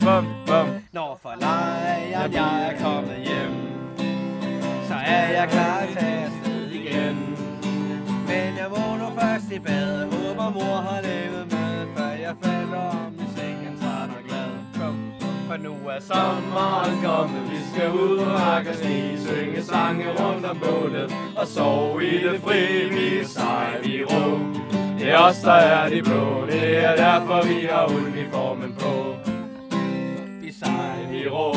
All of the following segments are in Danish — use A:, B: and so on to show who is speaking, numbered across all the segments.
A: bum, bum. Når for lejren jeg er kommet hjem, så er jeg klar til at tage afsted igen. Men jeg vågner først i bad, håber mor har lavet mad, før jeg falder om i sengen, træt og glad. Kom, for nu er sommeren kommet, vi skal ud på hakker sne, synge sange rundt om bålet, og sove i det fri, vi er seje, vi er rå. Det er os, der er de blå, det er derfor, vi har uniformen på. Vi er seje, vi er rå.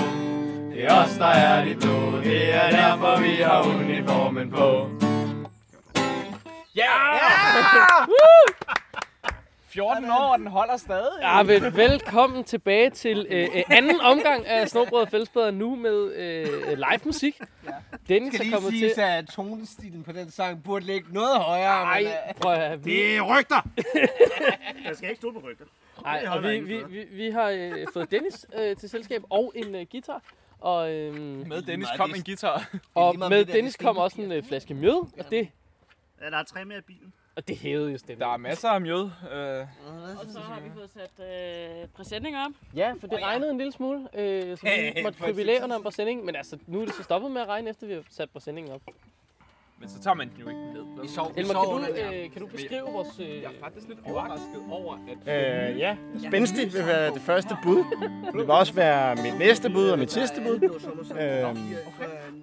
A: Det er os, der er de blå, det er derfor, vi har uniformen på.
B: Yeah!
C: 14 år, og den holder stadig.
B: Ja, vel, velkommen tilbage til øh, øh, anden omgang af Snobrød og Fællesbæder nu med øh, live musik. Ja. Dennis
A: skal
B: er
A: lige
B: kommet
A: sige,
B: til...
A: at tonestilen på den sang burde ligge noget højere. men,
B: Ej,
A: øh,
B: prøv at høre, vi,
D: Det er rygter! jeg skal ikke stå på rygter.
B: ej, og
D: holder
B: vi,
D: ingen
B: vi,
D: for.
B: vi, vi har øh, fået Dennis øh, til selskab og en øh, guitar. Og, øh,
C: Med Dennis
A: Meget
C: kom
A: vist.
C: en guitar.
B: og
A: lige meget
B: med
A: med det,
B: Dennis
A: det
B: kom
A: stenpapir.
B: også en øh, flaske mjød, og det,
D: Ja, der er tre mere i bilen.
B: og det hævede jo stemmen.
C: Der er masser af mjød. Øh,
E: Og så har vi fået sat øh, præsending op.
B: Ja, for det regnede en lille smule, øh, så vi måtte privilegere under præsendingen, men altså, nu er det så stoppet med at regne, efter vi har sat præsendingen op.
C: men så tager man den jo ikke ned. vel?
A: Vi sov, vi
B: Elmer,
A: sov
B: kan
A: under
B: du,
A: det her.
B: øh, kan du beskrive vores... Øh,
C: Jeg er faktisk lidt overrasket over, at
F: Øh, ja, spændstigt vil være det første bud. Det vil også være mit næste bud og mit sidste bud. Øh,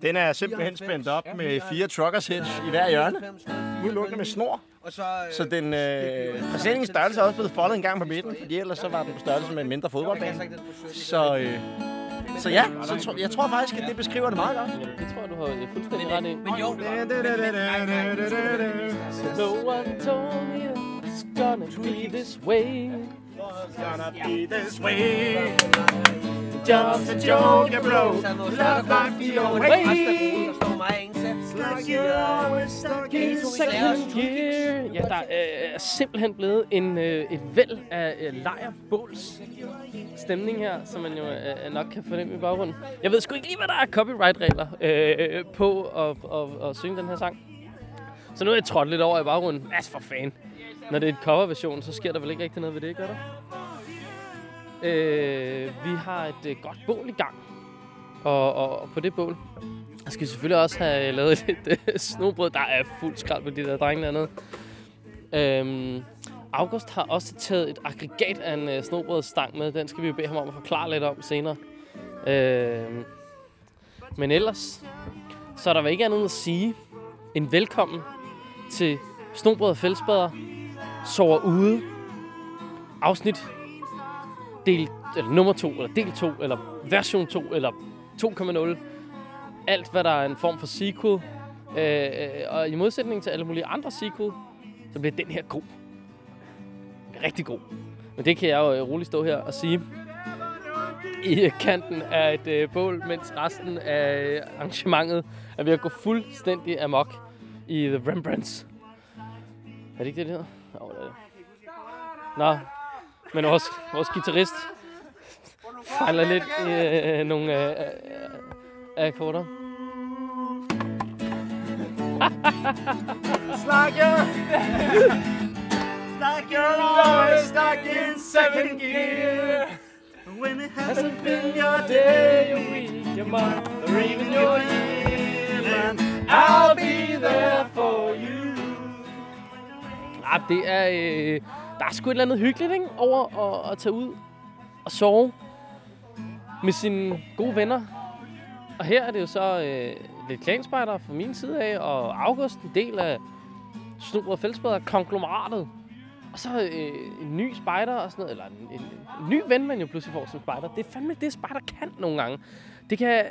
F: den er simpelthen spændt op med fire truckers hitch i hver hjørne. Udelukkende med snor.
A: Og så, øh,
F: Så den øh, præsendingens størrelse er også blevet foldet en gang på midten, fordi ellers så var den på størrelse med en mindre fodboldbane. Så, øh, så ja, så tro, jeg tror faktisk, at det beskriver det meget godt.
B: Jamen, det tror jeg, du har øh, fuldstændig ret i.
A: Men jo, men- men- nej, nej, det skulle være det meste.
B: No one told me it's gonna be this way. Just a joke,
F: Joke, bro.
A: Så vores lørdag kom, de over den
B: Hey!
A: første uge, der står mig og Inge.
B: in second gear. Ja, der øh, er simpelthen blevet en, øh, et væld af øh, lejrbåls stemning her, som man jo øh, nok kan fornemme i baggrunden. Jeg ved sgu ikke lige, hvad der er copyright-regler øh, på at, at, at, at synge den her sang. Så nu er jeg trådt lidt over i baggrunden. Altså for fanden. Når det er et coverversion, så sker der vel ikke rigtig noget ved det, gør der? Øh, vi har et øh, godt bål i gang. Og, og, og på det bål, jeg skal selvfølgelig også have lavet lidt øh, snobrød. Der er fuld skrald på de der drenge dernede. Øhm, August har også taget et aggregat af en øh, snobrødstang med. Den skal vi jo bede ham om at forklare lidt om senere. Øhm, men ellers, så er der vel ikke andet at sige end velkommen til Snobrød og Fællesbader sover ude afsnit del, eller nummer 2, eller del 2, eller version 2, eller 2.0 alt, hvad der er en form for sequel. Øh, øh, og i modsætning til alle mulige andre sequel, så bliver den her god. Rigtig god. Men det kan jeg jo øh, roligt stå her og sige i øh, kanten af et øh, bål, mens resten af øh, arrangementet er ved at gå fuldstændig amok i The Rembrandts. Er det ikke det, det hedder? Jo, det er det. Nå, men vores, vores guitarist fejler lidt i øh, nogle øh, øh, akkorder.
C: second gear.
B: hasn't been your day, your week, your month, or even your year, and I'll be there for you. Ah, det er, øh, der er sgu et eller andet hyggeligt ikke? over at, at tage ud og sove med sine gode venner. Og her er det jo så øh, lidt klanspejder fra min side af, og August en del af Snor og Fællesbader, konglomeratet. Og så øh, en ny spider og sådan noget, eller en, en, en ny ven, man jo pludselig får som spider. Det er fandme det, spider kan nogle gange. Det kan,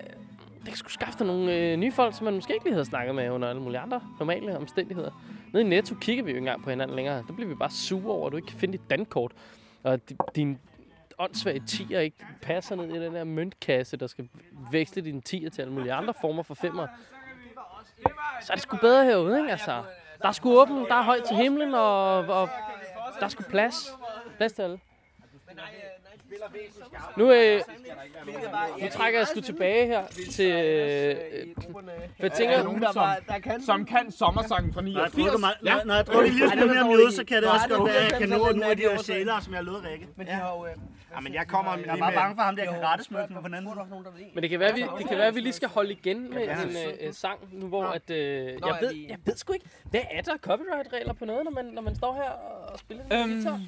B: det kan sgu skaffe dig nogle øh, nye folk, som man måske ikke lige havde snakket med under alle mulige andre normale omstændigheder. Nede i Netto kigger vi jo ikke engang på hinanden længere. Der bliver vi bare sure over, at du ikke kan finde dit dankort. Og di- din åndssvage tiger ikke passer ned i den der møntkasse, der skal veksle din tiger til alle mulige andre former for femmer. Så er det sgu bedre herude, ikke altså? Der er sgu åbent, der er højt til himlen, og, og der er sgu plads. Plads til alle. Nu, øh, nu trækker jeg sgu tilbage her til... Øh, øh, hvad tænker
A: Der
B: jeg?
A: er bare- der kan-
C: Som kan sommersangen fra
D: Når jeg
C: 89.
D: drukker meget- når- Når jeg drukker en lille smule mere mjøde, så kan det også godt være, at jeg kan nå nogle af de der sjælere, som jeg lød række.
A: Men de har jo, øh,
G: Jamen, jeg kommer
H: Jeg er
G: lige
H: bare bange
G: med...
H: for ham der karatesmykken på den anden side.
B: Men det kan være, vi, det kan være, at vi lige skal holde igen med en øh, øh, sang, nu hvor at, øh, jeg, ved, jeg ved sgu ikke, hvad er der copyright-regler på noget, når man, når man står her og spiller den øhm.
C: Øhm.
B: guitar?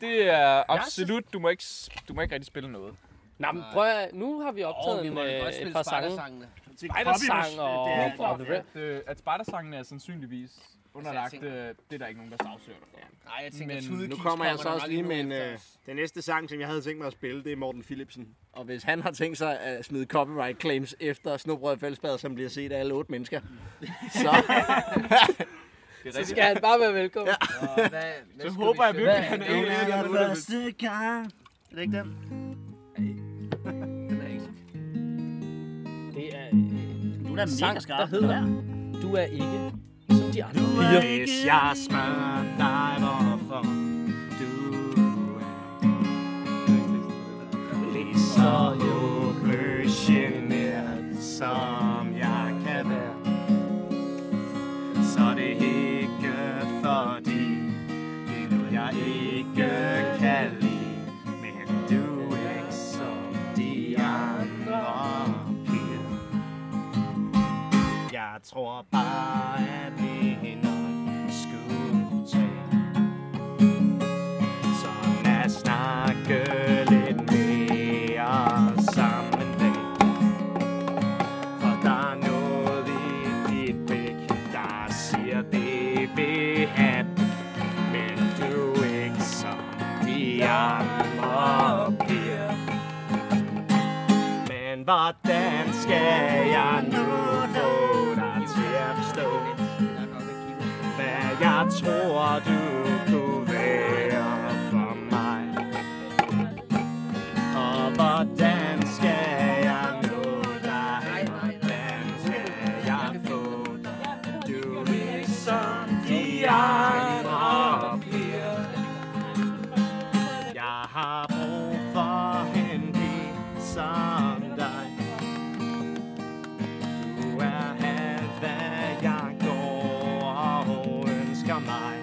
C: Det er absolut, du må ikke, s- du må ikke rigtig spille noget.
B: Nej, men prøv at, nu har vi optaget
I: Og vi
B: en,
I: må jo godt
B: øh, et
I: spille
B: par sange.
I: spejdersangene.
H: Det er
B: Spejdersang
H: copy-
B: og,
H: det er helt
B: og,
H: klart.
B: og the rap.
C: At, øh, at spartersangene er
I: Altså,
C: sandsynligvis underlagt,
I: Særting.
C: øh, det er der ikke nogen, der sagsøger dig for.
I: Nej, jeg tænker,
C: Men
I: tudekis
G: Nu kommer jeg så
I: der
G: også
I: nok
G: lige
I: endnu
G: med en...
I: efter
G: Øh,
I: os.
G: den næste sang, som jeg havde tænkt mig at spille, det er Morten Philipsen. Og hvis han har tænkt sig at smide copyright claims efter Snobrød og Fællesbad, som bliver set af alle otte mennesker, så,
C: Det er
B: Så
C: rigtigt.
B: skal han bare være velkommen. Ja.
I: Nå, hvad, hvad skal
C: Så håber
I: vi
C: jeg
I: synge?
C: virkelig, han
I: Hvad-
C: er
I: Hvad-
C: alien.
H: Det
I: Hvad-
H: er første gang. Er det ikke den?
I: Den er ikke-
B: Det er øh,
H: Du er da
B: sang,
H: mega skarp.
B: der hedder Du er ikke som de andre.
G: Hvis jeg spørger dig, hvorfor du er lige så håbløsgeneret, som jeg kan være, så er det ikke fordi, det er noget, jeg ikke kan lide, men du er ikke som de andre piger. Jeg tror bare, at vi nok skulle tage Sådan at snakke lidt mere sammen en dag For der er noget i dit blik, der siger det vi have Men du er ikke som de andre piger men hvordan skal jeg nu få dig til at forstå, hvad jeg tror, du kunne være for mig? Og hvordan skal jeg nå dig? Hvordan skal jeg få dig? Du er som de andre bliver. Jeg har brug for en pige som dig Du er alt hvad jeg går og ønsker mig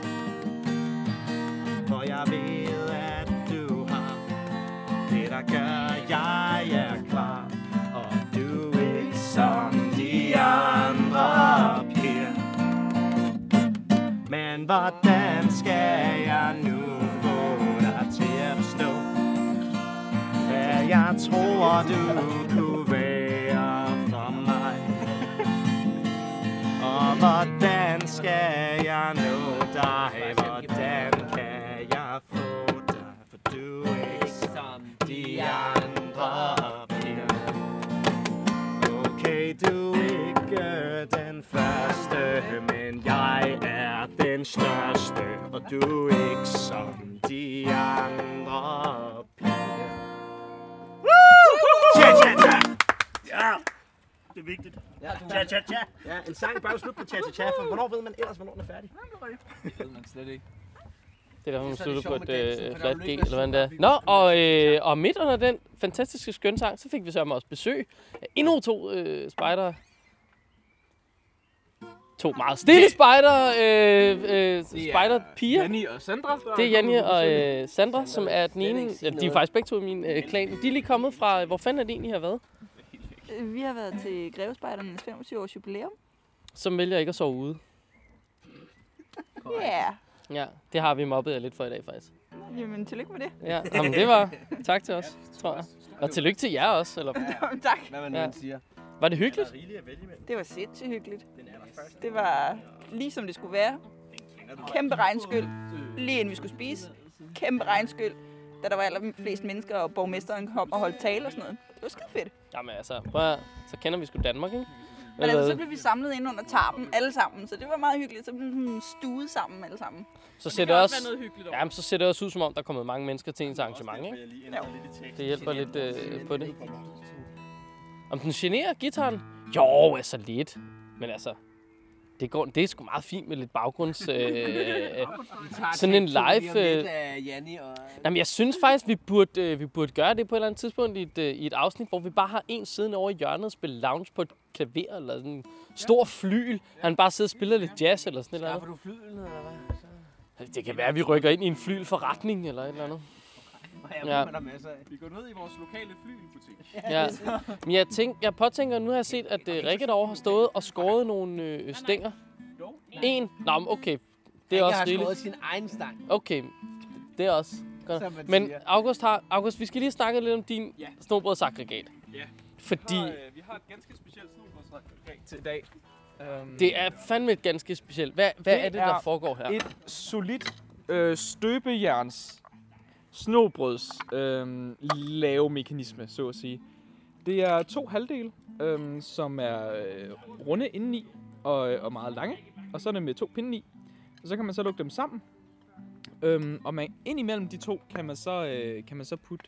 G: For jeg ved at du har Det der gør jeg er klar Og du er ikke som de andre piger men hvordan skal jeg nu få dig til at forstå, hvad jeg tror, du kunne være for mig? Og hvordan skal jeg nå dig? Hvordan kan jeg få dig? For du er ikke som de andre piger. Okay, du er ikke den første, men jeg er den største, og du er ikke som de andre piger. Tja, tja, tja!
H: Ja. Det er vigtigt. Tja, tja, tja.
G: Ja, en sang bare slut på tja, tja, tja, for hvornår ved man ellers, hvornår den er færdig?
C: Det ved man slet ikke.
B: Det er derfor, man
I: så det
B: slutter på
I: sjovt
B: et
I: med dansen,
B: øh,
I: for der
B: flat
I: er
B: G,
I: jo ikke
B: eller hvad det
I: noget
B: er.
I: super
B: Nå, og, øh, og midt under den fantastiske skønsang, så fik vi så også besøg af endnu to øh, spejdere. To meget stille spejder, øh, øh, spejderpiger.
C: Janni og Sandra. der
B: Det er Janni
C: kommet på
B: og
C: besøg.
B: øh, Sandra, som er den ene. Ja, de er faktisk begge to i min øh, klan. De er lige kommet fra... øh, Hvor fanden er det egentlig, I har været?
J: Øh, Vi har været til Grevespejdernes 25 års jubilæum.
B: Som vælger ikke at sove ude.
J: Ja. Yeah.
B: Ja, det har vi mobbet jer lidt for i dag, faktisk.
J: Jamen, tillykke med det.
B: Ja, jamen, det var... Tak til os, tror jeg. Og tillykke til jer også. Eller,
J: Jamen, tak.
I: Hvad man
B: Ja.
I: nu end siger.
B: var det hyggeligt?
J: Det var sindssygt hyggeligt. Det var lige som det skulle være. Kæmpe regnskyld. Lige inden vi skulle spise. Kæmpe regnskyld. Da der var allerflest mennesker, og borgmesteren kom og holdt tale og sådan noget. Det var skide fedt.
B: Jamen altså, prøv at, Så kender vi sgu Danmark, ikke?
J: Men altså, så
B: Eller,
J: blev vi samlet ind under tarpen alle sammen. Så det var meget hyggeligt. Så blev vi sådan stuet sammen alle sammen.
B: så ser
E: Det
B: det
E: kan også være
B: også...
E: noget hyggeligt over.
B: Jamen, så ser det også ud, som om der er kommet mange mennesker til ens arrangement, ikke? Det hjælper lidt øh, på det. Om den generer gitaren? Jo, altså lidt. Men altså, det, går, det er sgu meget fint med lidt baggrunds... Øh, øh, sådan en live... Øh,
I: Janni og...
B: jamen, jeg synes faktisk, vi burde, øh, vi burde gøre det på et eller andet tidspunkt i et, øh, i et afsnit, hvor vi bare har en siden over i hjørnet og spille lounge på et klaver eller sådan en stor flyl. Han bare sidder og spiller lidt jazz eller sådan et eller
I: Har du flyden, eller hvad?
B: andet. Det kan være, at vi rykker ind i en flylforretning eller et eller andet. Ja.
I: man har masser af.
C: altså, Vi går ned i vores lokale flybutik.
B: Ja. Men jeg, tænk, jeg påtænker, nu har jeg set, at øh, Rikke derovre har stået og skåret nogle øh, stænger. En. Nå, men okay. Det er også
I: Jeg har
B: rigeligt.
I: skåret sin egen stang.
B: Okay. Det er også godt.
I: Som man
B: Men
I: siger.
B: August, har, August, vi skal lige snakke lidt om din
C: Ja.
B: snobrødsaggregat.
C: Ja.
B: Fordi
C: vi har et ganske specielt snobrødsregnskab til i dag.
I: øhm,
C: Um,
B: det er fandme et ganske specielt. Hvad, hvad
C: Det
B: er det, der
C: er
B: foregår her?
C: et solidt øh, støbejerns snobrøds øh, lave mekanisme, så at sige. Det er to halvdele, øh, som er øh, runde indeni og, øh, og meget lange, og så er det med to pinde i. Og så kan man så lukke dem sammen, øhm, og man, ind imellem de to kan man så, øh, kan man så putte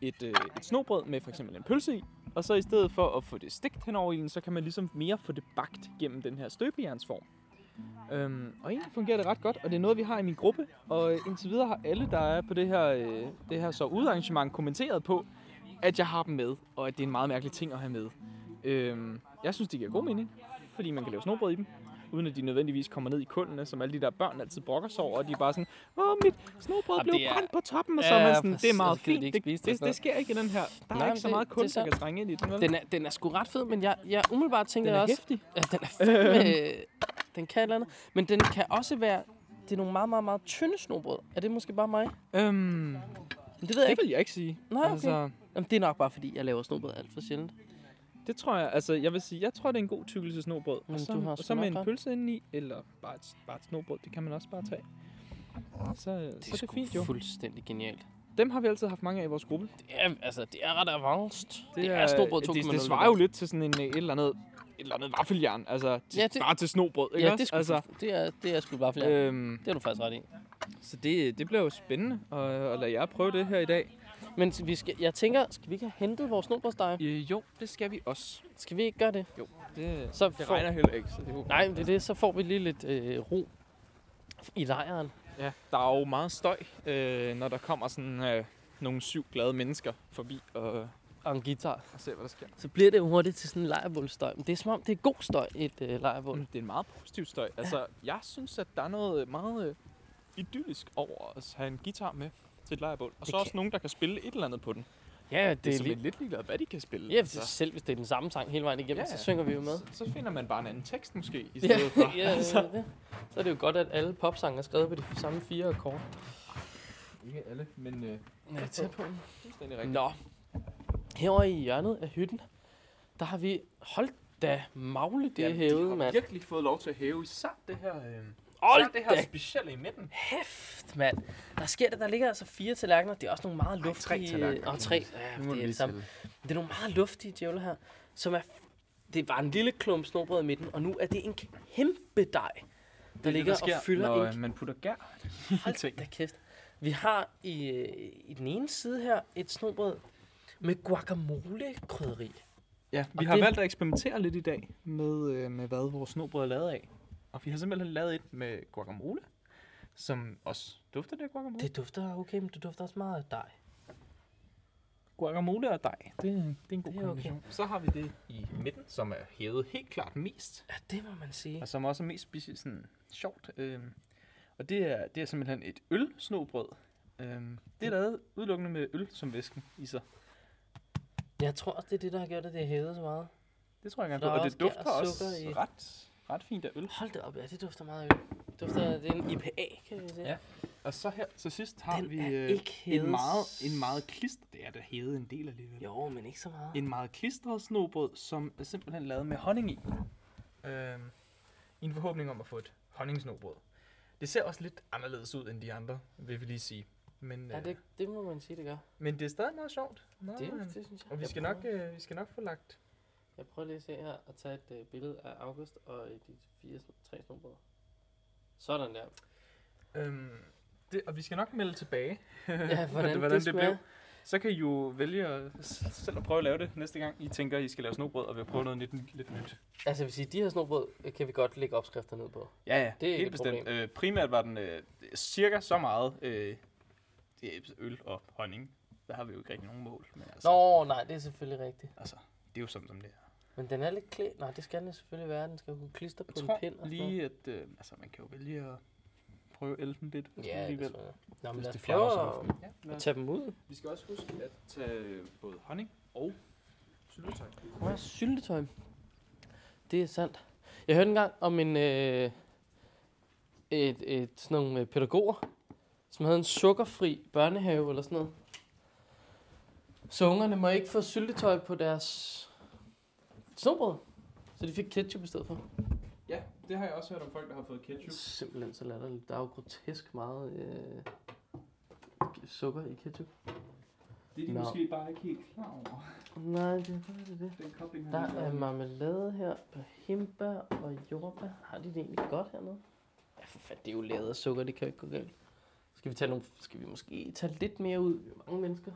C: et, øh, et snobrød med for eksempel en pølse i, og så i stedet for at få det stegt hen over ilden, så kan man ligesom mere få det bagt gennem den her støbejernsform. Øhm, og egentlig fungerer det ret godt, og det er noget, vi har i min gruppe. Og øh, indtil videre har alle, der er på det her, øh, det her så udarrangement, kommenteret på, at jeg har dem med, og at det er en meget mærkelig ting at have med. Øhm, jeg synes, det giver god mening, fordi man kan lave snobrød i dem, uden at de nødvendigvis kommer ned i kullene, som alle de der børn altid brokker sig over, og de er bare sådan, åh, mit snobrød
B: Jamen,
C: blev
B: det er-
C: brændt på toppen, og
B: Ja,
C: så er man sådan,
B: præcis,
C: det er meget
B: så gider de
C: fint,
B: ikke
C: det,
B: spise
C: det,
B: det og
C: det,
B: sådan noget."
C: det sker ikke i den her. Der
B: Nej,
C: er ikke så
B: men
C: meget
B: det-
C: kunst,
B: det er
C: der
B: så-
C: kan trænge ind i den. vel?
B: Den er, den er sgu ret fed, men jeg, jeg umiddelbart tænker
C: den er
B: også...
C: hæftig.
B: Ja, den er fandme... øh, den kan et eller andet. Men den kan også være... Det er nogle meget, meget, meget tynde snobrød. Er det måske bare mig?
C: Øhm,
B: Men det ved jeg
C: det
B: ikke.
C: vil jeg ikke sige. Altså,
B: Nej, okay. Jamen, det er nok bare, fordi jeg laver snobrød alt for sjældent.
C: Det tror jeg, altså jeg vil sige, jeg tror det er en god tykkelse snobrød.
B: Men
C: Og så,
B: du har
C: og
B: sgu
C: så med
B: nok
C: en
B: ret.
C: pølse indeni, eller bare et, bare et snobrød, det kan man også bare tage. Så, det så er det
B: sgu
C: fint jo.
B: fuldstændig genialt.
C: Dem har vi altid haft mange af i vores gruppe.
B: Det er, altså, det er ret avanced. Det, det er, er snobrød 2.0.
C: det, det svarer jo lidt til sådan en, øh, et eller andet, et eller andet vaffeljern. Altså, til,
B: Ja,
C: ja,
B: det-
C: det, bare til snobrød, ikke
B: Ja,
C: også?
B: det er, sgu,
C: altså,
B: altså, det er, det er sgu bare flere. Øh.
C: øhm,
B: Det har du faktisk ret i.
C: så det, det bliver jo spændende at, at lade jer prøve det her i dag.
B: Men vi skal, jeg tænker, skal vi ikke have hentet vores snobrødsteg?
C: Øh, jo, det skal vi også.
B: Skal vi ikke gøre det?
C: Det,
B: Så
C: det
B: får-
C: regner heller ikke, så det er jo...
B: Nej, men det er det. Så får vi lige lidt øh, ro i lejren.
C: Ja, der er jo meget støj, øh, når der kommer sådan øh, nogle syv glade mennesker forbi og, øh,
B: Og en guitar.
C: og ser, hvad der sker.
B: Så bliver det jo hurtigt til sådan en lejrbålstøj. Men det er som om, det er god støj, et øh, lejrbål.
C: Mm, Det er en meget positiv støj. Altså, jeg synes, at der er noget meget øh, idyllisk over at have en guitar med til et lejrebål. Og
B: Det
C: så også
B: kan-
C: nogen, der kan spille et eller andet på den.
B: Ja,
C: Det er, det er lidt ligeglad, hvad de kan spille.
B: Ja, altså. selv hvis det er den samme sang hele vejen igennem,
C: Ja,
B: så
C: ja.
B: synger vi jo med.
C: Så, så finder man bare en anden tekst måske, i
B: Ja,
C: stedet for. Altså,
B: ja, det er det. Så er det jo godt, at alle popsange er skrevet på de samme fire akkord.
C: Ikke alle, men øh,
B: Ja, tæt på.
C: fuldstændig rigtigt.
B: Nå. Herovre i hjørnet af hytten, der har vi... Hold da magle, det er
C: Jamen,
B: hævet, mand.
C: virkelig fået lov til at hæve især det her, øh,
B: Hold da
C: specielle i midten.
B: kæft, mand. Der sker det, der ligger altså fire tallerkener. Det er også nogle meget luftige...
G: tallerkener.
B: Og tre. Ja, det er det samme. Det er nogle meget luftige djævle her, som er... Det var en lille klump snobrød i midten, og nu er det en kæmpe dej, der ligger og fylder
C: når
B: en
C: øh, man putter gær.
B: Hold da kæft. Vi har i, øh, i den ene side her et snobrød med guacamole-krydderi.
C: Ja, vi
B: Og
C: har
B: det-
C: valgt at eksperimentere lidt i dag med, øh, med hvad vores snobrød er lavet af. Og vi har simpelthen lavet et med guacamole, som også dufter det af guacamole. Det.
B: Det dufter okay, men det dufter også meget af dig.
C: Guacamole og dej, det, det er en god
B: Det er
C: det
B: okay.
C: kombination. Okay. Så har vi det i midten, som er hævet helt klart mest,
B: Ja, det må man sige.
C: og som også er mest speci- sådan, sjovt. Øh, og det er, det er simpelthen et øl-snobrød. Øh, det er lavet udelukkende med øl som væsken i sig.
B: Jeg tror også, det er det, der har gjort, at det er hævet så meget.
C: Det tror jeg gerne
B: Der
C: på.
B: er
C: Og
B: også
C: det
B: gær og
C: dufter også
B: sukker i.
C: ret, ret fint af øl.
B: Hold da op, ja, det dufter meget af øl. Det dufter, det er en IPA, kan vi sige.
C: Ja. Og så her til sidst har
B: Den
C: vi
B: er
C: øh,
B: ikke hævet.
C: en meget, en meget klistret, det er da hævet en del alligevel.
B: Jo, men ikke så meget.
C: En meget klistret snobrød, som er simpelthen lavet med honning i. Øhm, I en forhåbning om at få et honningsnobrød. Det ser også lidt anderledes ud end de andre, vil vi lige sige. Men,
B: Ja,
C: øh,
B: det, det må man sige, det gør.
C: men det er stadig meget sjovt. Meget,
B: Det,
C: øh,
B: det synes jeg.
C: og vi
B: Jeg
C: skal,
B: prøver-
C: nok, øh, vi skal nok få lagt...
B: Jeg prøver lige at se her og tage et øh, billede af August og øh, de fire, tre snobrød. Sådan der.
C: Øhm, det, og vi skal nok melde tilbage,
B: Ja, hvordan, skulle være.
C: Så kan I jo vælge at s- selv at prøve at lave det næste gang, I tænker, I skal lave snobrød og vil prøve noget lidt, nyt- lidt nyt.
B: Altså, jeg vil sige, de her snobrød øh, kan vi godt lægge opskrifter ned på.
C: Ja, ja.
B: Det er ikke
C: Helt
B: et
C: bestemt. Øh, primært var den øh, cirka så meget øh, det er øl og honning. Der har vi jo ikke rigtig nogen mål. Men altså,
B: Nå, nej, det er selvfølgelig rigtigt.
C: altså, det er jo sådan, som det er.
B: Men den er lidt klæ... Nej, det skal den selvfølgelig være. Den skal kunne klistre på
C: Jeg
B: en
C: tror
B: pind og sådan noget.
C: lige, at øh, altså, man kan jo vælge at
K: prøve at ælte den lidt.
B: Ja, det
K: alligevel.
B: tror jeg. Nå, men
K: Hvis
B: lad os
K: det flager så
B: prøve at- at tage dem ud.
C: Vi skal også huske at tage øh, både honning og syltetøj.
B: Åh, syltetøj. Det er sandt. Jeg hørte engang om en, øh, et, et, sådan nogle øh, pædagoger, som havde en sukkerfri børnehave eller sådan noget. Så ungerne må ikke få syltetøj på deres snobrød. Så de fik ketchup i stedet for.
C: Ja, det har jeg også hørt om folk, der har fået ketchup.
B: Simpelthen så latterligt. Der er jo grotesk meget øh, sukker i ketchup.
C: Det er de
B: Nå.
C: måske bare ikke helt klar over.
B: Nej, det er bare det.
C: Den kobling har
B: Der
C: de
B: er
C: lavet.
B: marmelade her på himbær og jordbær. Har de det egentlig godt hernede? Ja, for fanden, det er jo lavet af sukker, det kan jo ikke gå galt. Skal vi, tage nogle, skal vi måske tage lidt mere ud? Vi er mange mennesker.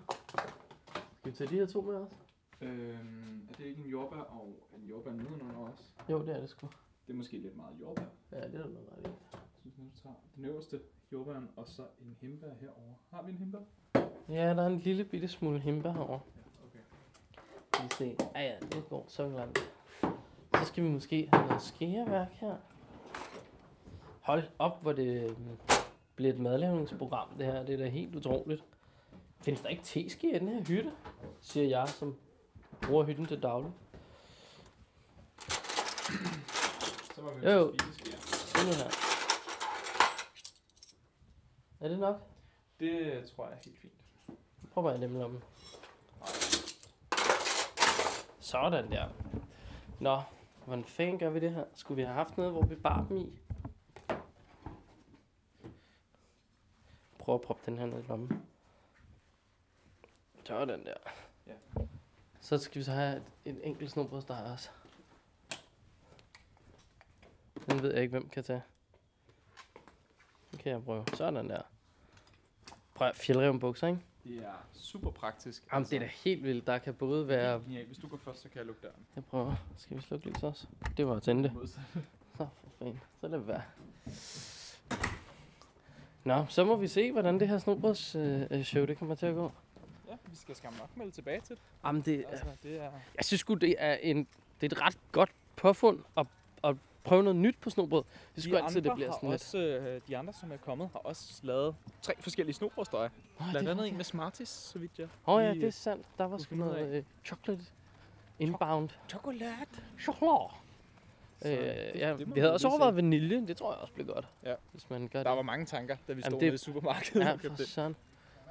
B: Skal vi tage de her to med også?
C: Øhm, er det ikke en jordbær og en jordbær nedenunder også?
B: Jo, det er det sgu.
C: Det er måske lidt meget jordbær.
B: Ja, det er der noget ret i.
C: Jeg synes, nu du tager den øverste jordbæren, og så en hindbær herover. Har vi en hindbær?
B: Ja, der er en lille bitte smule himbær herovre.
C: Okay.
B: Skal vi se. Ja, ja, det går så langt. Så skal vi måske have noget skæreværk her. Hold op, hvor det øhm, bliver et madlavningsprogram, det her. Det er da helt utroligt. Findes der ikke teske i den her hytte? Siger jeg, som bruger hytten til daglig.
C: Så var vi
B: Jo, jo.
C: til spiseskære.
B: Se nu her. Er det nok?
C: Det tror jeg er helt fint.
B: Prøv bare at nemme lommen. Sådan der. Nå, hvordan fanden gør vi det her? Skulle vi have haft noget, hvor vi bar dem i? Prøv at proppe den her ned i lommen. Sådan der.
C: Ja.
B: Så skal vi så have et, en enkelt snobrødsteg også. Den ved jeg ikke, hvem kan tage. Nu kan jeg prøve. Sådan der. Prøv at fjeldreven bukser, ikke?
C: Det er super praktisk. altså.
B: Jamen, det er da helt vildt. Der kan både være...
C: Ja, hvis du går først, så kan jeg lukke døren.
B: Jeg prøver. Skal vi slukke lyset også? Det var at tænde det.
C: Modsat.
B: Nå, for fanden. Så lad det være. Nå, så må vi se, hvordan det her snobrøds øh, øh, show det kommer til at gå.
C: Ja, vi skal skam nok melde tilbage til det.
B: Jamen, det
C: Altså, det er...
B: Jeg synes sgu, det er, en, det er et ret godt påfund at, at prøve noget nyt på snobrød. Det
C: De
B: skulle altid, det
C: andre
B: bliver
C: har
B: sådan lidt.
C: også, øh, De andre, som er kommet, har også lavet tre forskellige snobrødstøjer.
B: Åh, det
C: Blandt
B: er
C: andet en
B: rigtigt.
C: med Smarties, så vidt jeg...
B: Åh ja,
C: lige-
B: det er sandt. Der var sgu
C: kunne finde ud af.
B: noget øh, chocolate inbound.
C: Chokolade!
B: Chokolade!
C: Så
B: Øh,
C: det-
B: ja,
C: det må
B: vi havde også
C: vi lige se.
B: overvejet vanilje. Det tror jeg også blev godt.
C: Ja.
B: Hvis man gør
C: Der
B: det.
C: var mange tanker, da vi
B: Jamen,
C: stod
B: det-
C: nede i supermarkedet
B: Ja,
C: og købte
B: for
C: det.
B: søren.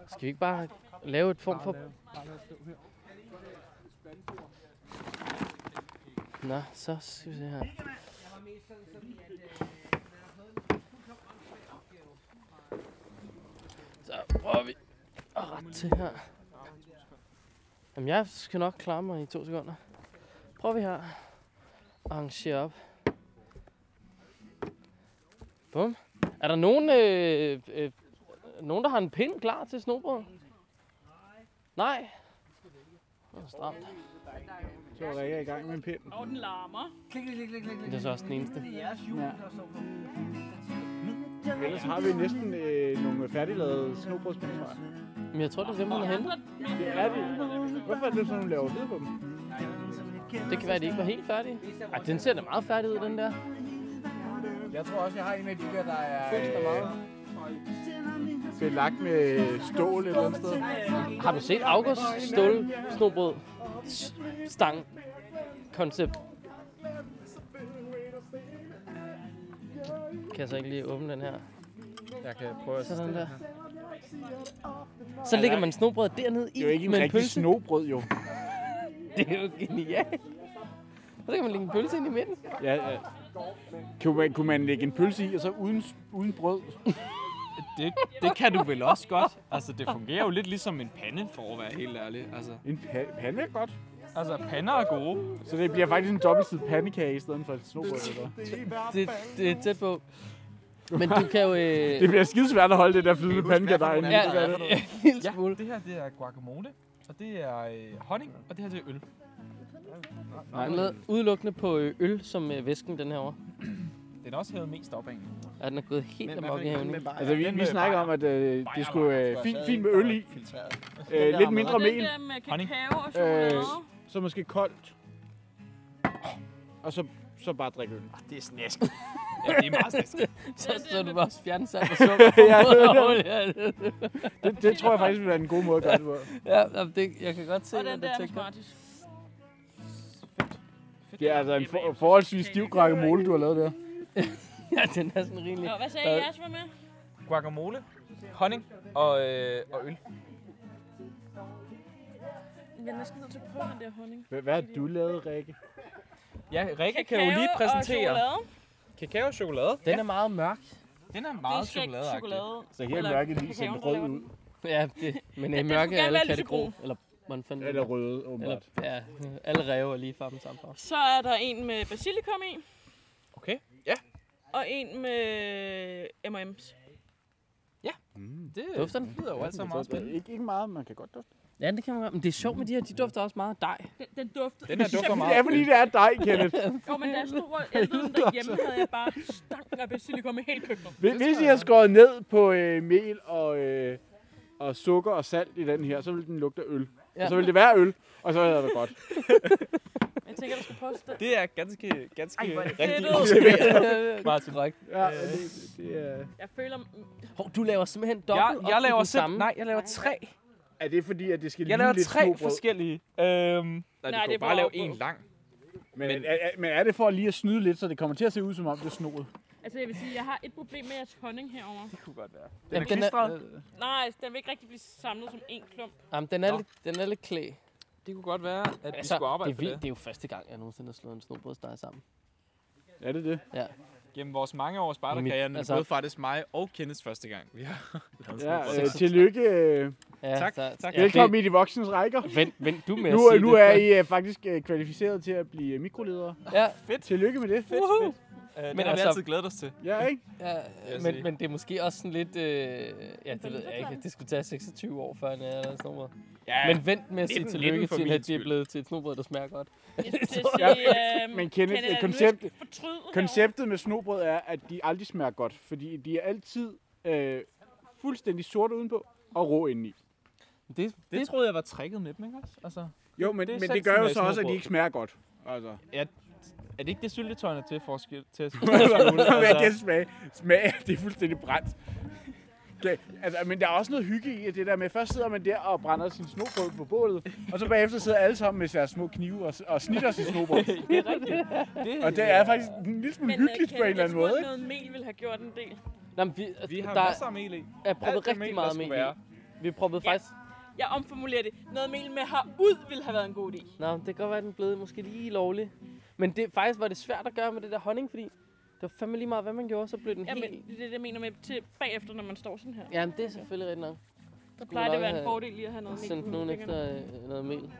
B: Skal vi ikke bare lave et form for... Nå, så skal vi se her. Så prøver vi at rette til her. Jamen, jeg skal nok klare mig i to sekunder. Prøver vi her at arrangere op. Bum. Er der nogen øh, øh, nogen, der har en pind klar til snobrød? Nej. Det er stramt.
K: Så er Rikke i gang med en pind.
E: Og den larmer.
B: Det er så også den eneste.
K: Ellers har vi næsten øh, nogle færdiglavede snobrødspiser.
B: Men jeg tror, det er dem, hun har hentet.
K: Det er de. Hvorfor er det sådan, hun laver lyd på dem?
B: Det kan være, at de ikke var helt færdige. Ej, den ser da meget færdig ud, den der.
K: Jeg tror også, jeg har en af de der, der er... Øh, belagt med stål et eller andet sted.
B: Har du set August Stål snobrød s- stang koncept? Kan jeg så ikke lige åbne den her?
C: Jeg kan prøve at...
B: Sådan der. Så lægger man snobrødet dernede i
K: Det er jo ikke en
B: med en
K: rigtig
B: pølse.
K: snobrød, jo.
B: Det er jo genialt. Så kan man lægge en pølse ind i midten.
K: Ja, ja. Kunne man, kunne man lægge en pølse i, og så uden, uden brød?
C: Det, det kan du vel også godt. Altså, det fungerer jo lidt ligesom en pande, for at være helt ærlig. Altså,
K: En pa- pande er godt.
C: altså pander er gode.
K: Så det bliver faktisk en dobbeltsidig pandekage i stedet for et snobrød. Eller? hvad?
B: det, det er tæt på. Men du kan jo... Øh,
K: Det bliver skidesvært at holde det der flydende pandekage inde.
B: ja,
K: Ja,
B: en lille
C: Ja,
B: smule.
C: det her det er guacamole, og det er øh, honning, og det her det er øl.
B: Ja. Den er lavet udelukkende på øh, øl som øh, væsken den her år.
C: Den er også hævet mest op af en.
B: Ja, den er gået helt amok i haven. ikke?
K: Altså, vi, vi snakker om, at øh, det skulle øh, fint, fint med øl i. Øh, lidt mindre
E: Og den
K: mel, Øh,
E: der med
C: Honning.
E: kakao og chokolade.
K: så måske koldt. Og så
C: så bare drikke øl.
G: Det er snask.
C: Ja, det er meget slæsk.
B: Så så du bare også fjernsat og sukker. ja, det,
K: Det, det tror jeg faktisk ville være en god måde at gøre det på.
B: ja, jamen, det, jeg kan godt se,
E: Og
B: hvad
E: den
B: du
E: der med
B: tænker.
E: Smarties.
K: Det er altså en for, forholdsvis stiv guacamole, du har lavet der.
B: Ja, den er sådan rimelig.
E: Nå, hvad sagde I, jeres var med?
C: Guacamole, honning og, øh, og øl.
E: Jeg er næsten nødt til at prøve den der honning.
K: Hvad, hvad har du lavet, Rikke?
C: Ja, Rikke kan jo lige præsentere.
E: chokolade.
C: Kakao og chokolade.
B: Den er meget mørk.
C: Den er
E: Det er
C: meget
E: slægt
C: chokoladeagtig.
E: chokolade.
K: Så her
E: Eller
K: mørket lige
E: kakaoen,
K: sendt
E: der
K: rød
E: laver
K: ud.
B: Ja, det, men i
E: den
B: mørke
E: skulle gerne
B: er alle
E: være
B: katte grå.
E: lysebrun.
B: Eller man fandt
K: Eller røde,
B: Eller,
K: åbenbart.
B: ja, alle ræve er lige farven samme farve.
E: Så er der en med basilikum i,
C: Okay,
E: og en med øh, M&M's.
K: Mm.
C: det
B: Dufter den?
C: lyder jo alt sammen meget spændende.
K: Ikke, ikke meget, man kan godt dufte.
B: Ja, det kan man godt. Men det er sjovt med de her, de dufter også meget af dej.
E: Den, den dufter.
C: Den her dufter
K: Det er
C: meget.
K: fordi, det er dig, Kenneth.
E: Og men da jeg stod rundt, jeg ved, derhjemme havde jeg bare stanken af basilikum i hele køkkenet.
K: Hvis- Hvis I har skåret ned på øh, mel og, øh, og sukker og salt i den her, så vil den lugte af øl.
B: Ja.
K: Og så vil det være øl, og så er det godt.
E: Jeg tænker, du skal poste den.
C: Det er ganske, ganske Ej,
E: fedt
C: rigtig
E: ud.
B: Meget korrekt.
K: Ja, og det, det er...
E: Jeg føler...
B: Hov, du laver simpelthen
C: Jeg,
B: dobbelt op
C: jeg
B: i
C: laver
B: den
C: selv,
B: samme.
C: nej, jeg laver tre.
K: Er det fordi, at det skal
C: Jeg
K: ligne
C: laver
K: lidt
C: tre
K: snobrød?
C: forskellige. Øhm, nej,
E: Nej,
C: du
E: det
C: kan
E: er
C: bare
E: bare
C: lave
E: afbrød.
C: en lang.
K: Men, men, er, er, men er det for lige at snyde lidt, så det kommer til at se ud, som om det er snoet?
E: Altså, jeg vil sige, jeg har et problem med jeres honning herover.
C: Det kunne godt være. Den
B: Jamen,
C: er klistret.
B: øh,
E: Nej, den vil ikke rigtig blive samlet som en klump.
B: jamen, den er,
C: Nå.
B: lidt, den er lidt klæ.
C: Det kunne godt være, at vi skulle
B: det,
C: arbejde
B: er
C: på
B: vildt,
C: det.
B: det er jo første gang, jeg nogensinde har slået en snobrødsteg sammen.
K: Er det det?
C: Gennem vores mange års
B: Mit-
C: barterkarriere, altså,
B: altså-
C: både faktisk mig og Kenneths første gang. Vi har lavet
K: Ja,
C: sådan
K: øh,
C: noget.
K: tillykke. øh,
B: Ja,
C: Tak, tak.
B: Ja,
K: Velkommen
B: det,
K: ind i de voksnes rækker.
B: vent, vent du med
K: Nu,
B: at sige
K: nu
B: det.
K: er I øh, faktisk øh, kvalificeret til at blive øh, mikroledere.
B: Ja,
K: Tillykke med det.
C: Fedt, fedt. Øh, det
B: Men
C: har vi
B: altså-
C: altid glædet os til.
K: Ja, ikke?
B: ja øh,
C: jeg
B: men,
C: sige.
B: men det er måske også sådan lidt... Øh, ja, det ved jeg ikke. Det skulle tage 26 år, før jeg er snobrød.
C: Ja,
B: Men vent med at sige
C: 19
B: tillykke
C: for
B: til,
C: min
B: at det er
C: skyld.
B: blevet til et snobrød, der smager godt.
E: Jeg skulle til
K: Ja,
E: at sige... øhm,
K: men Kenneth,
E: er du
K: koncept-
E: ikke fortryd herovre?
K: Konceptet med snobrød er, at de aldrig smager godt, fordi de er altid øh, fuldstændig sorte udenpå og rå indeni.
B: Det, det,
C: det troede jeg var tricket med dem, ikke også? Altså,
K: Jo, men
C: Det er
K: det, men det
C: essensen
K: gør jo
C: af
K: så også, at
C: snobrød.
K: de ikke smager godt. Altså,
C: er det ikke det syltetøjne til for at skille? Til at
K: man kan
C: altså,
K: smage, smage, det er fuldstændig brændt. Okay. Altså, men der er også noget hygge i det der med, først sidder man der og brænder sin snobrød på bålet, og så bagefter sidder alle sammen med deres små knive og, og snitter sin snobrød.
C: det er rigtigt. Det,
K: Og det er faktisk en lille smule
E: Men, øh,
K: hyggeligt på en eller
E: Kenneth,
K: anden
E: jeg tror,
K: måde.
E: at
K: Ikke?
E: Noget mel ville have gjort en del.
B: Nå, men vi,
C: Vi har
B: der
C: masser af mel i.
B: er proppet
C: Alt det mel,
B: rigtig
C: der
B: meget
C: skulle
B: med.
C: være.
B: i. Vi har proppet
E: Ja.
B: faktisk...
E: Jeg omformulerer det. Noget mel med herud ville have været en god idé.
B: Nå, det kan godt være, at den blev måske lige lovlig. Men det, faktisk var det svært at gøre med det der honning, fordi det var fandme lige meget, hvad man gjorde, så blev den
E: Jamen,
B: helt...
E: det er det, jeg mener med til bagefter, når man står sådan her.
B: Jamen, det er selvfølgelig rigtigt nok.
E: Der plejer det at være en
B: have
E: fordel lige at have noget mel.
B: Sendt
E: på
B: nogen
E: fingrene.
B: efter øh, noget mel.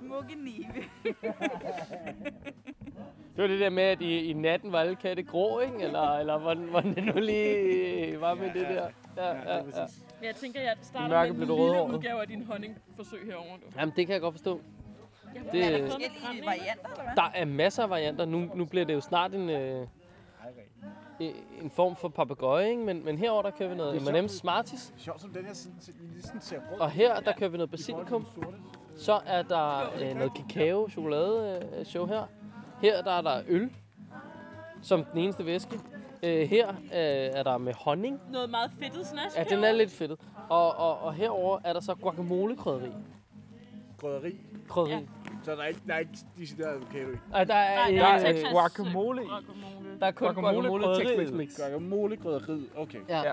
J: Smukke nive.
B: Det var det der med, at i, i natten var alle katte grå, ikke? Eller, eller hvordan, hvordan det nu lige var med det der. Ja, ja, ja.
E: Men jeg tænker, jeg starter
B: mørke
E: med
B: blev
E: en
B: det
E: lille
B: rødhåret.
E: udgave af din honningforsøg herovre. Du.
B: Jamen, det kan jeg godt forstå.
E: Jeg
B: Det-
J: Er
E: har
J: der
E: fået noget
J: forskellige
E: brænde,
J: varianter, eller hvad?
B: Der er masser af varianter. Nu, nu bliver det jo snart en, øh, øh, en form for papegøje, ikke? Men, men herover der kører vi noget M&M's Smarties.
K: Sjovt som den her, sådan, sådan ser rød.
B: Og her, der kører vi noget basilikum. Så er der øh, noget kakao, chokolade øh, show her. Her, der er der øl, som den eneste væske. Øh, her øh, er der med honning.
E: ikke? Noget meget fedtet snask
B: Ja, den er lidt fedtet. Og, og, og herover er der så guacamole-krydderi.
K: Krydderi.
B: Krydderi.
E: Ja.
K: Så der er ikke, der er ikke deciderede avocado i.
B: Ej, der er,
E: Nej,
B: øh,
E: der
C: Der
E: er
B: øh,
E: Texas.
C: er guacamole i.
E: Guacamole.
B: der er kun
C: guacamole-
B: guacamole,
C: krydderiet.
B: Tex-Mex mix.
K: Guacamole, krydderiet. Okay.
B: Ja.
C: Ja.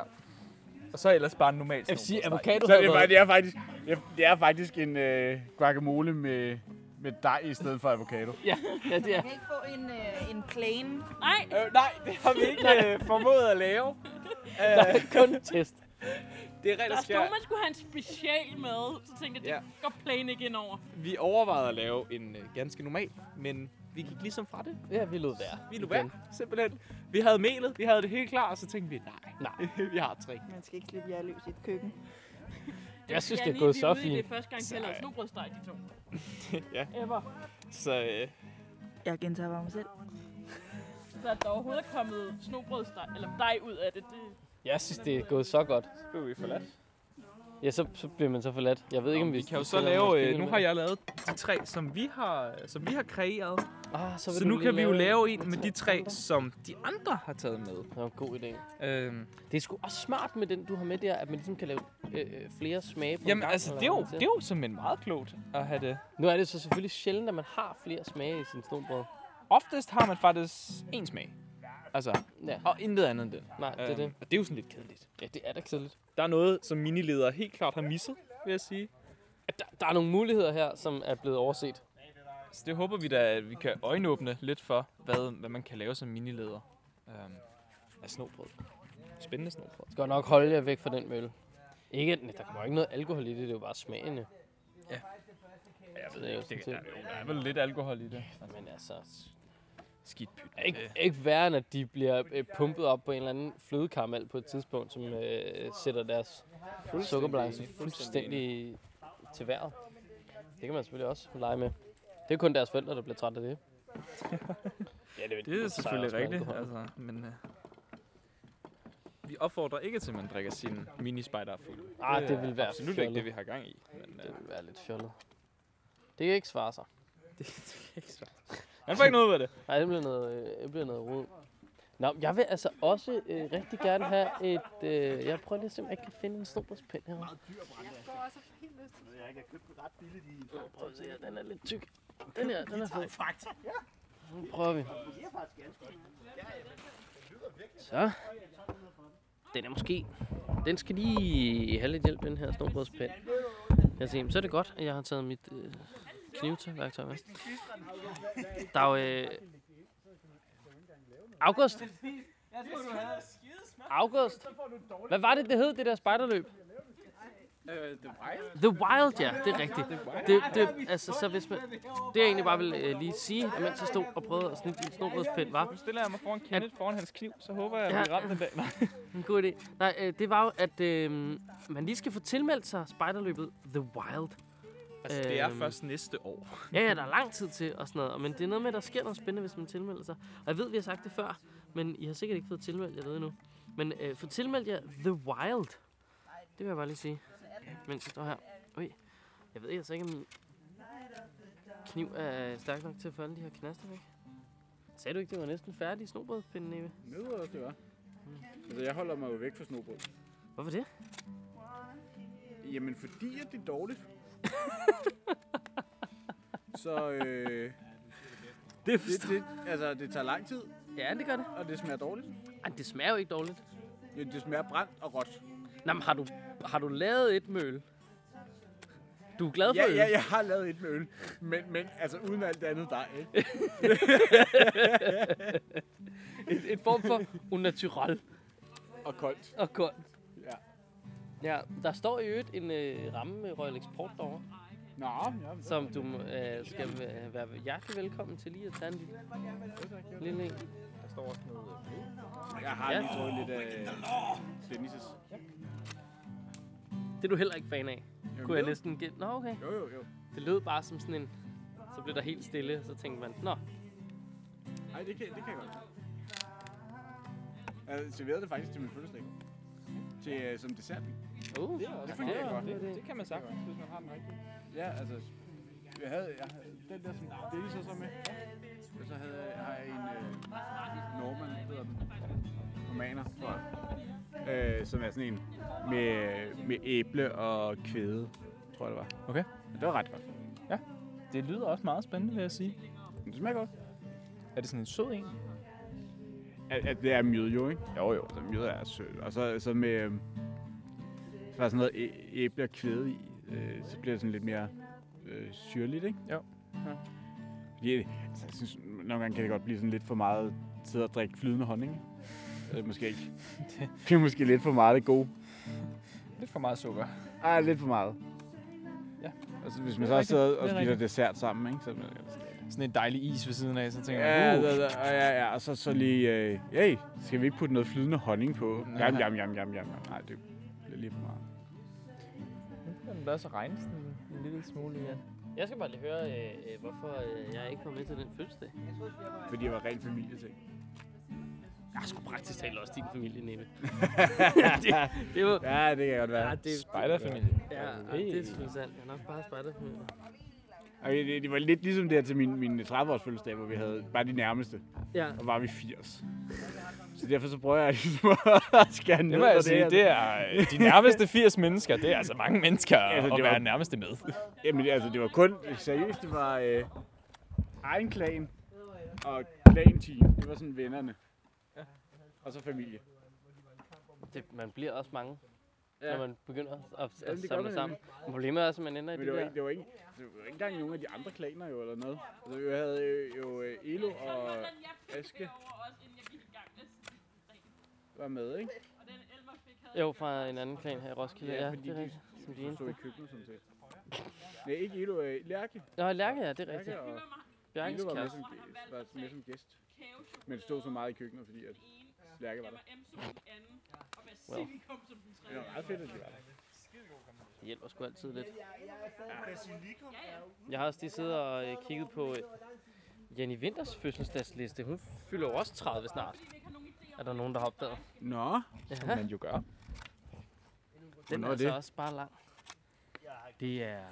C: Og så ellers bare en normal
B: Jeg vil sige,
C: snobrødsdej.
B: avocado
K: Så
B: havde
K: det er,
B: været-
K: bare- det er faktisk, det er- det er faktisk en øh, guacamole med, med dej i stedet for avocado.
B: Ja, det er.
J: Kan I ikke få en, øh, en plain?
E: Nej,
C: Øh, nej, det har vi ikke øh, formået at lave. Øh,
B: Kun test.
C: det er rent
E: der stod,
C: og skært.
E: man skulle have en special med. Så tænkte jeg, det
C: Ja.
E: går plain ikke ind over.
C: Vi overvejede at lave en øh, ganske normal, men vi gik ligesom fra det.
B: Ja, vi lod være.
C: Vi lå være, simpelthen. Vi havde melet, vi havde det helt klar, og så tænkte vi, nej, nej, vi har tre.
J: Man skal ikke slippe jer løs i et køkken.
B: Jeg
E: skal
B: synes, det er
E: lige
B: gået
E: vide
B: så
E: ude i Det
B: fint.
E: er første gang, jeg laver snobrødsteg, de to.
C: Ja.
E: Ever.
C: Så øh,
J: Jeg gentager bare mig selv.
E: Så at der overhovedet er kommet snobrødsteg, eller dej ud af det, det
B: Jeg synes, det er gået så godt.
C: blev vi forladt.
B: Ja, så, så bliver man så forladt. Jeg ved ikke, om
C: vi
B: vi...
C: kan jo så
B: spiller
C: lave...
B: måske
C: Øh,
B: en
C: nu
B: med
C: har
B: det.
C: jeg lavet de tre, som vi har, som vi har kreeret.
B: Ah, så, vil
C: Så
B: du
C: nu
B: lige
C: kan vi jo lave en med de tre, som de andre har taget med.
B: Det var en god idé.
C: Øhm,
B: Det er sgu også smart med den, du har med der, at man ligesom kan lave øh, øh, flere smage på en
C: jamen
B: gang,
C: altså,
B: eller
C: det er jo,
B: hvordan
C: det er jo simpelthen meget klogt at have det.
B: Nu er det så selvfølgelig sjældent, at man har flere smage i sin snobrød.
C: Oftest har man faktisk én smag. Altså,
B: Ja.
C: og intet andet end den.
B: Nej, det er det.
C: Og det er jo sådan lidt kedeligt.
B: Ja, det er da kedeligt.
C: Der er noget, som miniledere helt klart har misset, vil jeg sige.
B: At Der, der er nogle muligheder her, som er blevet overset.
C: Så det håber vi da, at vi kan øjenåbne lidt for, hvad, hvad man kan lave som minileder øhm, af snobrød. Spændende snobrød.
B: Skal nok holde jer væk fra den mølle. Ikke, at- der kommer ikke noget alkohol i det, det er jo bare smagene.
C: Jeg
B: ved ikke, det- der-
C: der er vel lidt alkohol i det.
B: Men altså, s-
C: Skidt pyt. med
B: ikke,
C: det.
B: ikke værre end, at de bliver øh, pumpet op på en eller anden flødekaramel på et tidspunkt, som øh, sætter deres sukkerbalance fuldstændig til vejret. Det kan man selvfølgelig også lege med. Det er kun deres forældre, der bliver træt af det. ja, det,
C: Det er selvfølgelig rigtigt,
B: Altså.
C: altså, men... Øh, vi opfordrer ikke til, at man drikker sin mini spider fuld.
B: Ah, det vil være
C: absolut ikke det,
B: fjollet.
C: vi har gang i. Men, øh,
B: Det vil være lidt fjollet. Det kan ikke svare sig.
C: det, det er ikke svært. Man får ikke noget ud af det.
B: Nej, det bliver noget, øh, det bliver noget rod. Nå, men jeg vil altså også øh, rigtig gerne have et... Øh, jeg prøver lige at se, om jeg kan finde en snobrødspind her. Jeg får også helt lyst til det. Jeg har købt den ret billigt i... Prøv at se her, den er lidt tyk. Den her, den er fed. Nu prøver vi. Så. Den er måske... Den skal lige have lidt hjælp, den her snobrødspind. Jeg tænker, så er det godt, at jeg har taget mit øh, knivtøjværktøj med. Der er jo... Øh... August? August? Hvad var det, det hed, det der spejderløb? Øh, The Wild, ja, det er rigtigt. Det, det, altså, så hvis man, det jeg egentlig bare vil øh, lige sige, mens jeg stod og prøvede at snitte min snobrødspind, var,
C: Nu stiller jeg mig foran Kenneth, foran hans kniv, så håber jeg, at
B: Ja.
C: vi rammer den dag. Nej.
B: En god idé. Nej, øh, det var jo, at øh, man lige skal få tilmeldt sig spejderløbet The Wild.
C: Altså, det er
B: Øhm.
C: først næste år.
B: Ja, ja, der er lang tid til og sådan noget. Men det er noget med, at der sker noget spændende, hvis man tilmelder sig. Og jeg ved, vi har sagt det før, men I har sikkert ikke fået tilmeldt jer noget endnu. Men øh, få tilmeldt jer The Wild. Det vil jeg bare lige sige, mens jeg står her. Ui, jeg ved altså ikke, om min kniv er stærk nok til at folde de her knaster væk. Sagde du ikke, det var næsten færdig snobrødspinden, Eva?
K: Nødder også, det var. Altså, jeg holder mig jo væk fra snobrød.
B: Hvorfor det?
K: Jamen, fordi at det er dårligt. så øh, det, det, det, altså, det tager lang tid,
B: Ja, det gør det.
K: og det smager dårligt.
B: Ej, det smager jo ikke dårligt.
K: Ja, Det smager brændt og råt.
B: Nå, men har du, har du lavet et møl? Du er glad for
K: Ja,
B: øl?
K: ja, jeg har lavet et med øl, men, men altså uden alt det andet der, ikke?
B: Et, et form for unnatural
K: Og koldt.
B: og godt.
K: Ja.
B: Ja, der står i øvrigt en øh, ramme med Royal Export derovre,
K: Nå, ja, så.
B: som du øh, skal øh, være hjertelig velkommen til lige at tage en lille, lille en.
K: jeg har
B: Ja.
K: lige fået lidt øh, af Dennis'.
B: Det er du heller ikke fan af, kunne jeg næsten gætte. Nå, okay.
K: Jo, jo, jo.
B: Det lød bare som sådan en... Så blev der helt stille, og så tænkte man, nå,
K: Nej, det kan, det kan jeg godt. Jeg serverede det faktisk til min fødselsdag. Til, øh, som dessert.
B: uh,
K: Det fungerer godt.
B: det, det,
C: Det kan man sagtens, hvis man har den rigtige.
K: Ja, altså, jeg havde, jeg havde den der, som Dennis så så med. Og så havde jeg, har jeg en øh, Norman, hedder den. Romaner, tror jeg. Øh, som er sådan en med, med æble og kvæde, tror jeg det var.
C: Okay.
K: Men det var ret godt.
C: Det lyder også meget spændende, vil jeg sige.
K: Men det smager godt.
C: Er det sådan en sød en?
K: At, at det er mjød jo, ikke? Jo, jo. Så mjød er sødt. Og så, så med... øhm, Så var sådan noget æ- æble og kvæde i. Øh, så bliver det sådan lidt mere øh, syrligt, ikke?
C: Jo.
K: Ja. Fordi, altså, jeg synes, nogle gange kan det godt blive sådan lidt for meget sidde og drikke flydende honning. Øh, måske ikke. det er måske lidt for meget det gode.
C: Lidt for meget sukker.
K: Ej, lidt for meget.
C: Ja.
K: Altså, hvis
C: Det er
K: man så også
C: rigtigt.
K: sidder
C: Det er
K: og spiser
C: rigtigt.
K: dessert sammen, ikke? Så, man-
C: Sådan en dejlig is ved siden af, så tænker
K: Ja,
C: man,
K: ja,
C: uh,
K: ja, ja, ja, og så, så lige, øh, hey, skal vi ikke putte noget flydende honning på?
C: Nej.
K: Jam, jam, jam, jam, jam. Nej, det bliver lige for meget.
C: nu kan den da også regne sådan en lille smule igen.
B: Jeg skal bare lige høre, øh, øh, hvorfor øh, jeg ikke var med til den fødselsdag.
K: Fordi det var ren familieting.
B: Jeg skulle praktisk talt også din familie, Nippe. det, det var...
K: Ja, det kan godt være.
B: Ja, det,
C: Spejderfamilie.
B: ja, ja, det er selvfølgelig sandt. Jeg er nok bare spejderfamilie.
K: Okay, det, det var lidt ligesom der til min, min 30-års fødselsdag, hvor vi havde bare de nærmeste,
B: Ja.
K: og var vi 80. Så derfor så prøver jeg ligesom at skære ned
C: Det må
K: på
C: jeg sige,
K: her.
C: det er øh, de nærmeste 80 mennesker. Det er altså mange mennesker
K: Altså,
C: altså,
K: det
C: at
K: var-
C: være nærmeste med.
K: Jamen altså, det var kun, seriøst, det var øh, egen klan og klan team. Det var sådan vennerne. Og så familie.
B: Det, man bliver også mange, ja.
K: Ja.
B: når man begynder at,
K: gør
B: at samle
K: man
B: sammen. Men problemet er også, at man ender i
K: Men det
B: det
K: var,
B: der...
K: ikke, det, var ikke, det var ikke engang nogen af de andre klaner jo, eller noget. Altså, vi havde øh, jo øh, Elo og Aske var med, ikke?
B: Jo, fra en anden klan her i Roskilde. Ja,
K: Ja,
B: ja
K: fordi
B: det er
K: de-
B: rigtigt. Som de
K: Som stod i
B: eneste.
K: køkkenet, sådan set. Nej, ikke Elo, øh, Lærke.
B: Nå, Lærke, ja, det er rigtigt.
K: Lærke og
B: Bjarkes
K: Elo var med
B: kæreste.
K: som, gæ- var med som gæst. Men stod så meget i køkkenet, fordi at Lærke var der. Det var meget fedt, at de var der.
B: Det hjælper sgu altid lidt.
H: Basilikum er jo
B: Jeg har også lige siddet og øh, kigget på øh, Jenny Winters fødselsdagsliste. Hun fylder jo også 30 snart. Er der nogen, der har opdaget?
K: Nå,
B: Ja,
C: Man jo gør.
B: den er
K: er
B: altså
K: det?
B: også bare lang. Det er...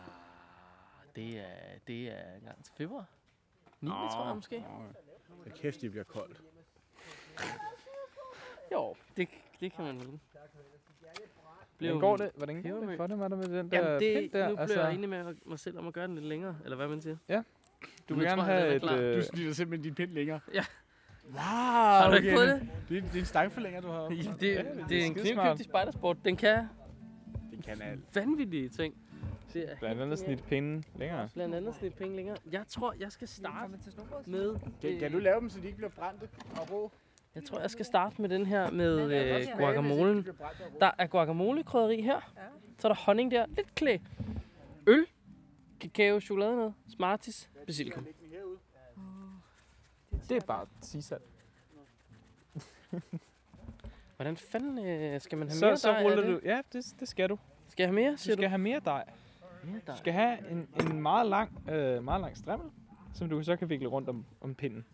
B: Det er, det er en gang til februar. 9. tror jeg måske.
K: Hold kæft, det bliver koldt.
B: Jo, det, det kan man mene.
C: Hvordan går det, hvordan går
B: Pebermø.
C: det for dig med, det med den der
B: Jamen, det,
C: pind der? Altså-
B: nu blev jeg enig med mig selv om at gøre den lidt længere, eller hvad man siger.
C: du
B: nu
C: vil gerne
B: tror jeg, den
C: have
B: er
C: et...
B: klar.
C: Øh,
K: Du snitter simpelthen din pind længere.
B: Ja.
K: Wow,
B: Har du ikke fået det?
K: Det er, det er en stangforlænger, du har.
B: Jamen, det,
C: det er
B: det er en
C: skidesmart.
B: knivkøbt i spejdersport. Den kan
K: Det kan alt.
B: vanvittige ting. Det er
C: blandt andet snit pinden længere.
B: blandt andet snit penge længere. Jeg tror, jeg skal starte med...
K: Kan,
B: øh,
K: kan du lave dem, så de ikke bliver brændte og rå?
B: Jeg tror, jeg skal starte med den her med øh,
K: Smage det, hvis ikke de
B: guacamolen.
K: bliver brændt og rå.
B: Der er guacamole-krydderi her. Så er der honning der. Lidt klæ. Øl. Kakao, chokolade noget. Smarties. Basilikum.
K: Læg den herude.
C: Det er bare sisal.
B: Hvordan fanden øh, skal man have
C: Så,
B: mere
C: så
B: dej af
C: ruller
B: det?
C: du... Ja, det, det skal du.
B: Skal jeg have mere,
C: Du
B: siger du?
C: skal have mere dej.
B: Mere dej.
C: Du skal have en, en meget lang, øh, meget lang strimmel, som du så kan vikle rundt om, om pinden.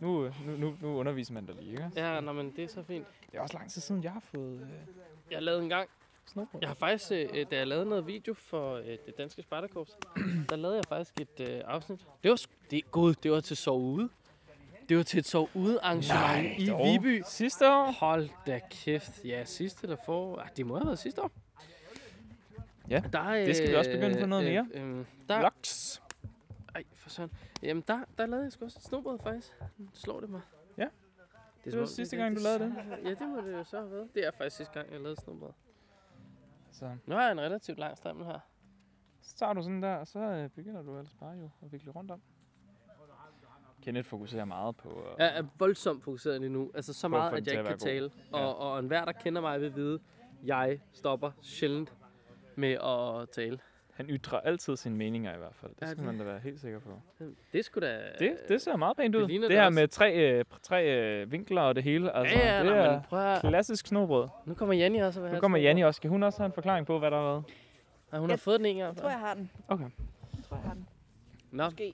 C: Nu, øh, nu, nu, nu underviser man dig lige, ikke?
B: Ja, nå, men det er så fint.
C: Det er også lang tid siden, jeg har fået øh,
B: Jeg lavede en gang,
C: snobrød.
B: jeg har faktisk, øh, da jeg lavede noget video for øh, det danske Spartakorps, der lavede jeg faktisk et øh, afsnit. Det var, sgu- det, gud, det var til sove ude. Det var til et sove ude arrangement Nej, i
C: dog.
B: Viby.
C: Sidste år?
B: Hold da kæft. Ja, sidste eller for... Ah, det må have været sidste år.
C: Ja,
B: der, øh,
C: det skal vi også begynde på noget mere.
B: Øh, øh, der,
C: Lux.
B: Ej, for søren. Jamen, der, der lavede jeg sgu også et snobrød, faktisk. Nu slår det mig.
C: Ja.
B: er
C: Det
B: som
C: var
B: om,
C: sidste
B: er
C: gang, du
B: rigtig
C: lavede
B: samme- Ja, det må det jo så have været. Det er faktisk sidste gang, jeg lavede et snobrød.
C: Så,
B: Nu har jeg en relativt lang stammel her.
C: så tager du sådan der, og så øh, begynder du ellers bare jo at vikle rundt om. Kenneth fokuserer meget på... Øh,
B: Jeg er voldsomt fokuseret lige nu. Altså så
C: Prøv at
B: meget,
C: få
B: at
C: den
B: jeg
C: til
B: ikke kan tale.
C: at god.
B: Og, og enhver, der kender mig, vil vide, jeg stopper sjældent med at tale.
C: Han ytrer altid sine meninger i hvert fald. Det
B: Ja,
C: skal
B: det-
C: man da være helt sikker på.
B: Det skulle da...
C: Det, det ser meget pænt
B: det
C: ud.
B: ligner
C: Det,
B: det
C: her
B: også.
C: med tre, øh, tre øh, vinkler og det hele. Altså,
B: Ja, ja,
C: det
B: nej,
C: er
B: men prøv at...
C: klassisk snobrød.
B: Nu kommer Janni også. og vil have
C: Nu kommer
B: sådan
C: Janni også. Skal hun også have en forklaring på, hvad der har været?
B: noget. Nej, hun har
J: Jeg-
B: fået den en gang.
J: Jeg tror, jeg har den.
C: Okay.
J: Jeg tror, jeg har den.
B: Nå,
J: Måske.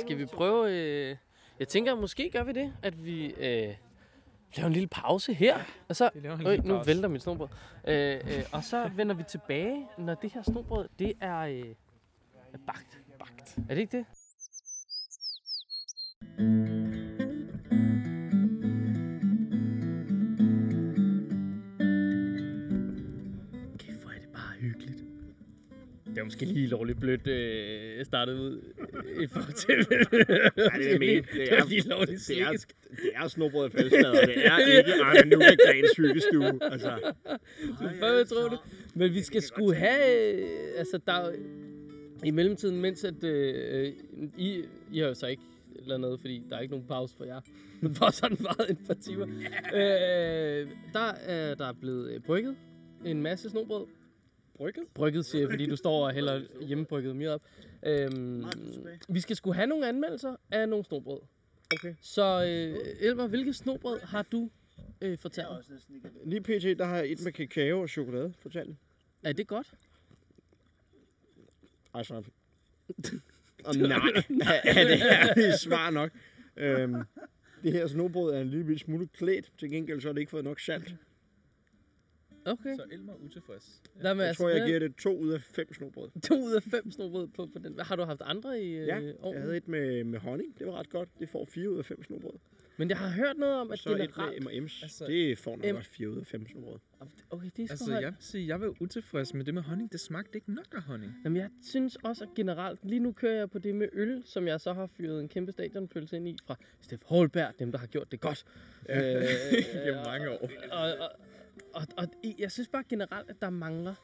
B: skal vi prøve... Øh... Jeg tænker, måske gør vi det, at vi øh... laver en lille pause her. Og så...
C: Vi laver en
B: Øj, nu vælter mit snobrød. Øh, øh, og så vender vi tilbage, når det her snobrød, det er øh, er bagt. bagt. Er det ikke det? Kæft, hvor er det bare hyggeligt. Det var måske lige lovligt blødt øh, startet ud øh, i forhold til... Nej,
G: det er meningen. Det
B: Det var
G: er-
B: lige lovligt
G: Det er,
B: slikket.
G: det er snobrød og fællesmad, og det er ikke Arne Nukagrens hyggestue. Altså,
B: Før jeg tror det. Men vi skal sgu have... øh, Altså, der er jo- I mellemtiden, mens at... Øh, øh, I, I har jo så ikke eller noget, fordi der er ikke nogen pause for jer. Men for sådan bare en par timer. Øh, der er der er blevet øh, brygget en masse snobrød. Brygget? Brygget, siger jeg, fordi du står og hælder hjemmebrygget mere op. Øhm, vi skal sgu have nogle anmeldelser af nogle snobrød. Okay. Så øh, Elmer, hvilket snobrød har du øh, fortalt?
G: lige pt. der har jeg et med kakao og chokolade, fortalt.
B: Er det godt?
G: Altså, og nej, er det ærligt svar nok. Øhm,
F: Det her snobrød er en lille bitte smule klædt. Til gengæld så har det ikke fået nok salt.
B: Okay.
C: Så Elmer er utilfreds.
B: Nej, men
F: Jeg
B: altså,
F: tror, jeg
B: hvad-
F: giver det to ud af fem snobrød.
B: To ud af fem snobrød på, på den. Har du haft andre i øh,
F: Ja, jeg
B: ovnen?
F: havde et med, med honning. Det var ret godt. Det får fire ud af fem snobrød.
B: Men jeg har hørt noget om, at
F: Så et
B: generelt...
F: med M&M's.
C: altså,
F: det får nok
B: M-
F: også fire ud af fem snobrød.
B: Okay, det er altså,
C: Altså,
B: jeg...
C: jeg vil sige, jeg var utilfreds med det med honning. Det smagte ikke nok af honning.
B: Jamen, jeg synes også, at generelt... Lige nu kører jeg på det med øl, som jeg så har fyret en kæmpe stadionpølse ind i fra Steff Holberg, dem der har gjort det godt. Ja. Øh,
C: Gennem mange år.
B: og, og, og, og, i- jeg synes bare generelt, at der mangler...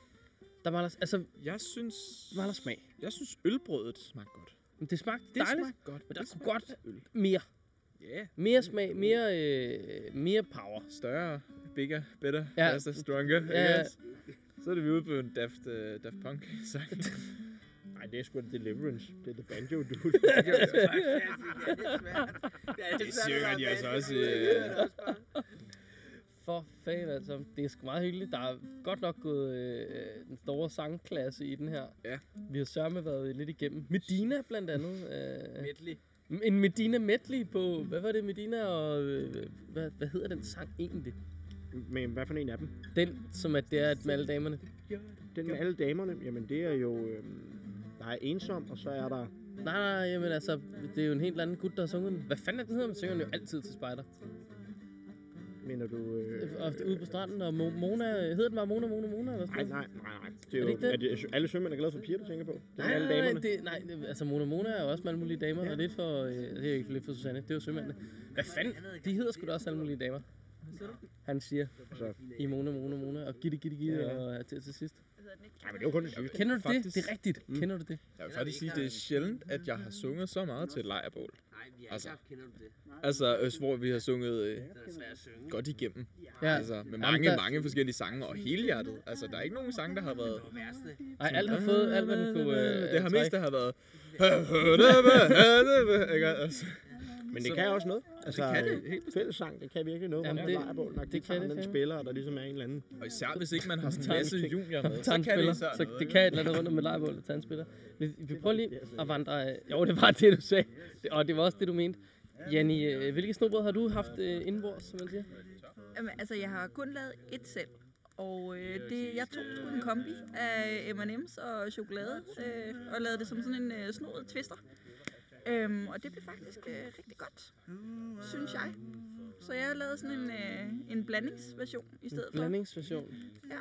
B: Der mangler, altså, der
C: Jeg synes...
B: mangler smag.
C: Jeg synes, ølbrødet smagte godt.
B: Men det smagte
C: Det
B: dejligt,
C: smagte godt.
B: men der
C: Det
B: kunne
C: smagte
B: godt
C: af Øl.
B: mere.
C: Ja.
B: Mere smag, mere, øh, mere power.
C: Større, bigger, better,
B: Ja.
C: ja. faster, stronger.
B: Ja.
C: Ja. Yes. Så er det vi ude på en Daft, uh, Daft Punk-sang.
F: Nej, det er sgu da Deliverance. Det er det altså banjo, du.
C: Det synger de altså også. øh,
B: For fanden altså, det er sgu meget hyggeligt. Der er godt nok gået øh, den store sangklasse i den her.
C: Ja.
B: Vi har sørme været lidt igennem. Medina blandt andet. Øh,
I: Medley.
B: en Medina medley på, hvad var det Medina og, øh, hvad, hvad hedder den sang egentlig?
F: Men hvad for en af dem?
B: Den, som at det er at med alle damerne.
F: Den med alle damerne, jamen det er jo... Øhm, der er ensom, og så er der...
B: Nej, nej, jamen altså, det er jo en helt anden gut, der har sunget den. Hvad fanden er den hedder, man synger den jo altid til spejder.
F: Mener du... Øh,
B: Øh, ofte ude på stranden, og Mo- Mona, hedder den bare Mona, Mona, Mona? Eller sådan
F: nej,
B: noget?
F: nej, nej, nej. Det er,
B: Er
F: jo,
B: det ikke det?
F: er det, alle sømænd er glade for piger, du tænker på. Det er
B: Nej,
F: alle
B: nej, nej,
F: damerne.
B: det, nej, det- altså Mona Mona er jo også med alle mulige damer, ja.
F: Ja.
B: og lidt for, øh, det er ikke lidt for Susanne, det er jo sømændene. Hvad fanden? De hedder sgu da også alle mulige damer. Han siger,
F: Så-
B: i Mona Mona Mona, og gitte gitte gitte,
F: Altså. Ja,
B: ja,
F: ja.
B: og til, til sidst.
F: Nej, men det var kun det sidste.
B: Kender du det?
C: Faktisk-
B: Det er rigtigt. Mm. Kender du det?
C: Jeg vil faktisk sige, det er sjældent, at jeg har sunget så meget til et lejrbål. Altså, altså øh, hvor vi har sunget øh, godt igennem.
B: Ja.
C: Altså, med mange,
B: der-
C: mange forskellige sange og helhjertet. Altså, der er ikke nogen sange, der har været...
B: Ej, alt har fået alt, hvad den kunne øh,
C: Det har
B: trække.
C: mest, der har været... Ikke? Altså,
F: Men det kan også noget. Altså,
C: kan det.
F: øh, Fællessang, det kan virkelig noget.
B: Jamen,
F: Jamen,
B: det-
F: det, det,
B: det kan
F: det kan
B: det
F: den
B: fandme.
F: spiller, og der ligesom er en eller anden.
C: Og især hvis ikke man har sådan
B: Tager
C: en
B: en
C: masse
B: pik.
C: junior med, så kan
B: tandspiller,
C: det
B: så,
C: så
B: så det kan et eller andet rundt om et lejrbål eller tandspiller. Vi, vi prøver lige at vandre... øh, Jo, det var det, du sagde, Det- og det var også det, du mente. Janni, øh, hvilke snobrød har du haft øh, indenbords, som man siger?
J: Jamen, altså, jeg har kun lavet et selv. Og øh, det, jeg tog sgu en kombi af M&M's og chokolade, øh, og lavede det som sådan en øh, snodet twister. Øhm, og det blev faktisk øh, rigtig godt, synes jeg. Så jeg lavede sådan en, øh, en blandingsversion i stedet for.
B: Blandingsversion.
J: Ja,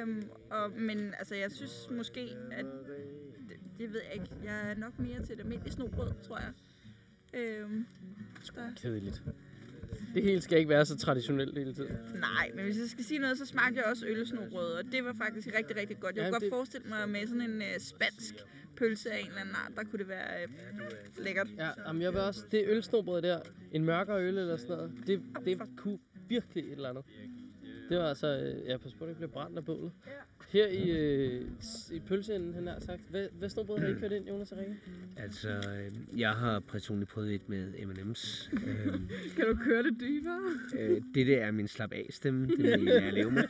J: øhm, og, men altså, jeg synes måske, at... Det, det ved jeg ikke. Jeg er nok mere til det almindelige snobrød, tror jeg. Øhm, der,
B: Kedeligt. Det hele skal ikke være så traditionelt hele tiden.
J: nej, men hvis jeg skal sige noget, så smagte jeg også øllesnobrød, og det var faktisk rigtig, rigtig godt. Jeg
B: Ja,
J: kunne godt
B: det-
J: forestille mig med sådan en øh, spansk pølse af en eller anden art, der kunne det være øh, lækkert.
B: Ja, jamen jeg vil også... Det ølsnobrød der, en mørkere øl eller sådan noget, det, det kunne virkelig et eller andet. Det var altså... øh, Ja, pas på, at det ikke bliver brændt af bålet. Her i, øh, s- i pølseenden, han har sagt. Hvad, hvad snobrød har I kørt ind, Jonas og Rikke?
I: Altså, øh, jeg har personligt prøvet et med M&M's. Øhm,
J: Kan du køre det dybere?
I: øh, det der er min slap af stemme, det vil jeg lære at leve med.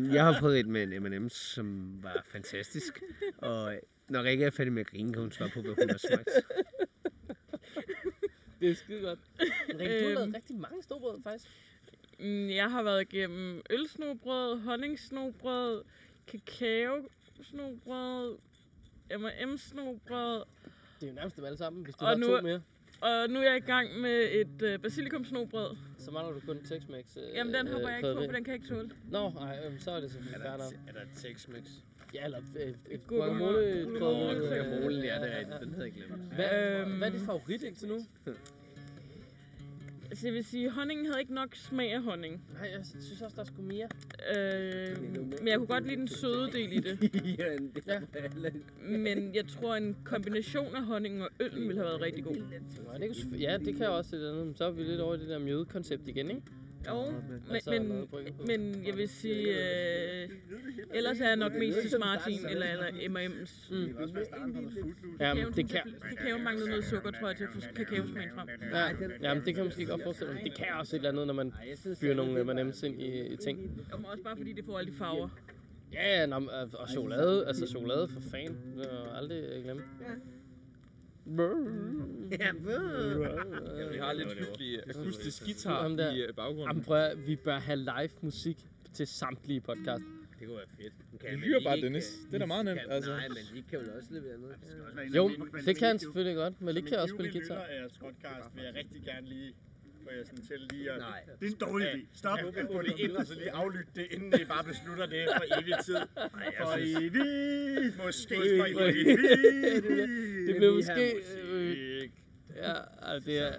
I: Øhm, jeg har prøvet et med en M&M's, som var fantastisk. Og øh, når Rikke er færdig med at grine, kan hun svare på, hvad hun har smagt.
B: Det er skide godt. Rikke, du har
E: Øhm.
B: lavet rigtig mange snobrød, faktisk.
E: Mm, Jeg har været igennem ølsnobrød, honningsnobrød, kakaosnobrød, M&M-snobrød,
B: Det er jo nærmest dem alle sammen, hvis du
E: Og
B: har
E: nu
B: to
E: er-
B: mere.
E: og nu er jeg i gang med et øh, basilikumsnobrød.
B: Så mangler du kun Tex-Mex. Øh,
E: Jamen, den hopper
B: øh,
E: jeg ikke på,
B: krydderi.
E: for den kan jeg ikke tåle.
B: Nå, nej, øh, så er det selvfølgelig fair nok.
I: Er der et Tex-Mex?
B: Ja, eller øh, øh,
E: Guacamole. Guacamole.
B: guacamole. guacamole, øh,
I: Guacamole, ja, det er
B: ja, ja.
I: rigtigt. Den havde jeg glemt.
B: Hvad,
E: Øhm.
B: hvad er dit favorit indtil nu?
E: Altså, jeg vil sige, honningen havde ikke nok smag af honning.
B: Nej, jeg synes også, der skulle mere.
E: Øh, men jeg kunne godt lide den søde del i det.
I: ja, det
B: Ja.
E: Men jeg tror, en kombination af honning og øl ville have været rigtig god.
B: Nej, det kunne, ja, det kan også et andet. Men så er vi lidt over i det der mjødekoncept igen, ikke?
E: Jo, men,
B: Altså, noget
E: men,
B: at brygge på.
E: men jeg vil sige, øh, ellers er jeg nok mest til Smartin eller, eller M&M's.
B: Mm.
E: Kakaoen
B: Jamen, det
E: synes jeg-
B: kan.
E: Kakaoen manglede noget sukker, tror jeg, til at få kakaosmagen frem.
B: Ja, jamen, det kan jeg måske godt forestille mig. Det kan også et eller andet, når man fyrer nogle M&M's ind i, i ting.
E: Og også bare fordi det får alle de farver.
B: Ja, ja, nå, men, øh, og chokolade. Altså chokolade, for fan. Det må jeg aldrig øh, glemme.
H: Ja, bøh.
C: Vi har lidt hyggelig akustisk guitar
B: Ham der.
C: i øh, baggrunden.
B: Jamen prøv at, vi bør have live musik til samtlige podcast.
I: Det kunne være fedt. Men
C: Vi
I: man
C: hyrer
I: ikke,
C: bare
I: øh,
C: Dennis. Det er da meget nemt,
I: Kan,
C: altså.
I: Nej, men I kan vel også levere noget.
B: Jo, det kan han selvfølgelig godt, men det kan også spille guitar.
F: Som en ivrig lytter af podcast vil jeg rigtig gerne lige få jer sådan til lige at
I: Nej.
H: Det er en dårlig idé. Stop.
F: at få det ind, og så lige aflytte det, inden I bare beslutter det for evig tid. For evigt. Måske for evigt.
B: Det blev måske... Øh, ja, ej, det er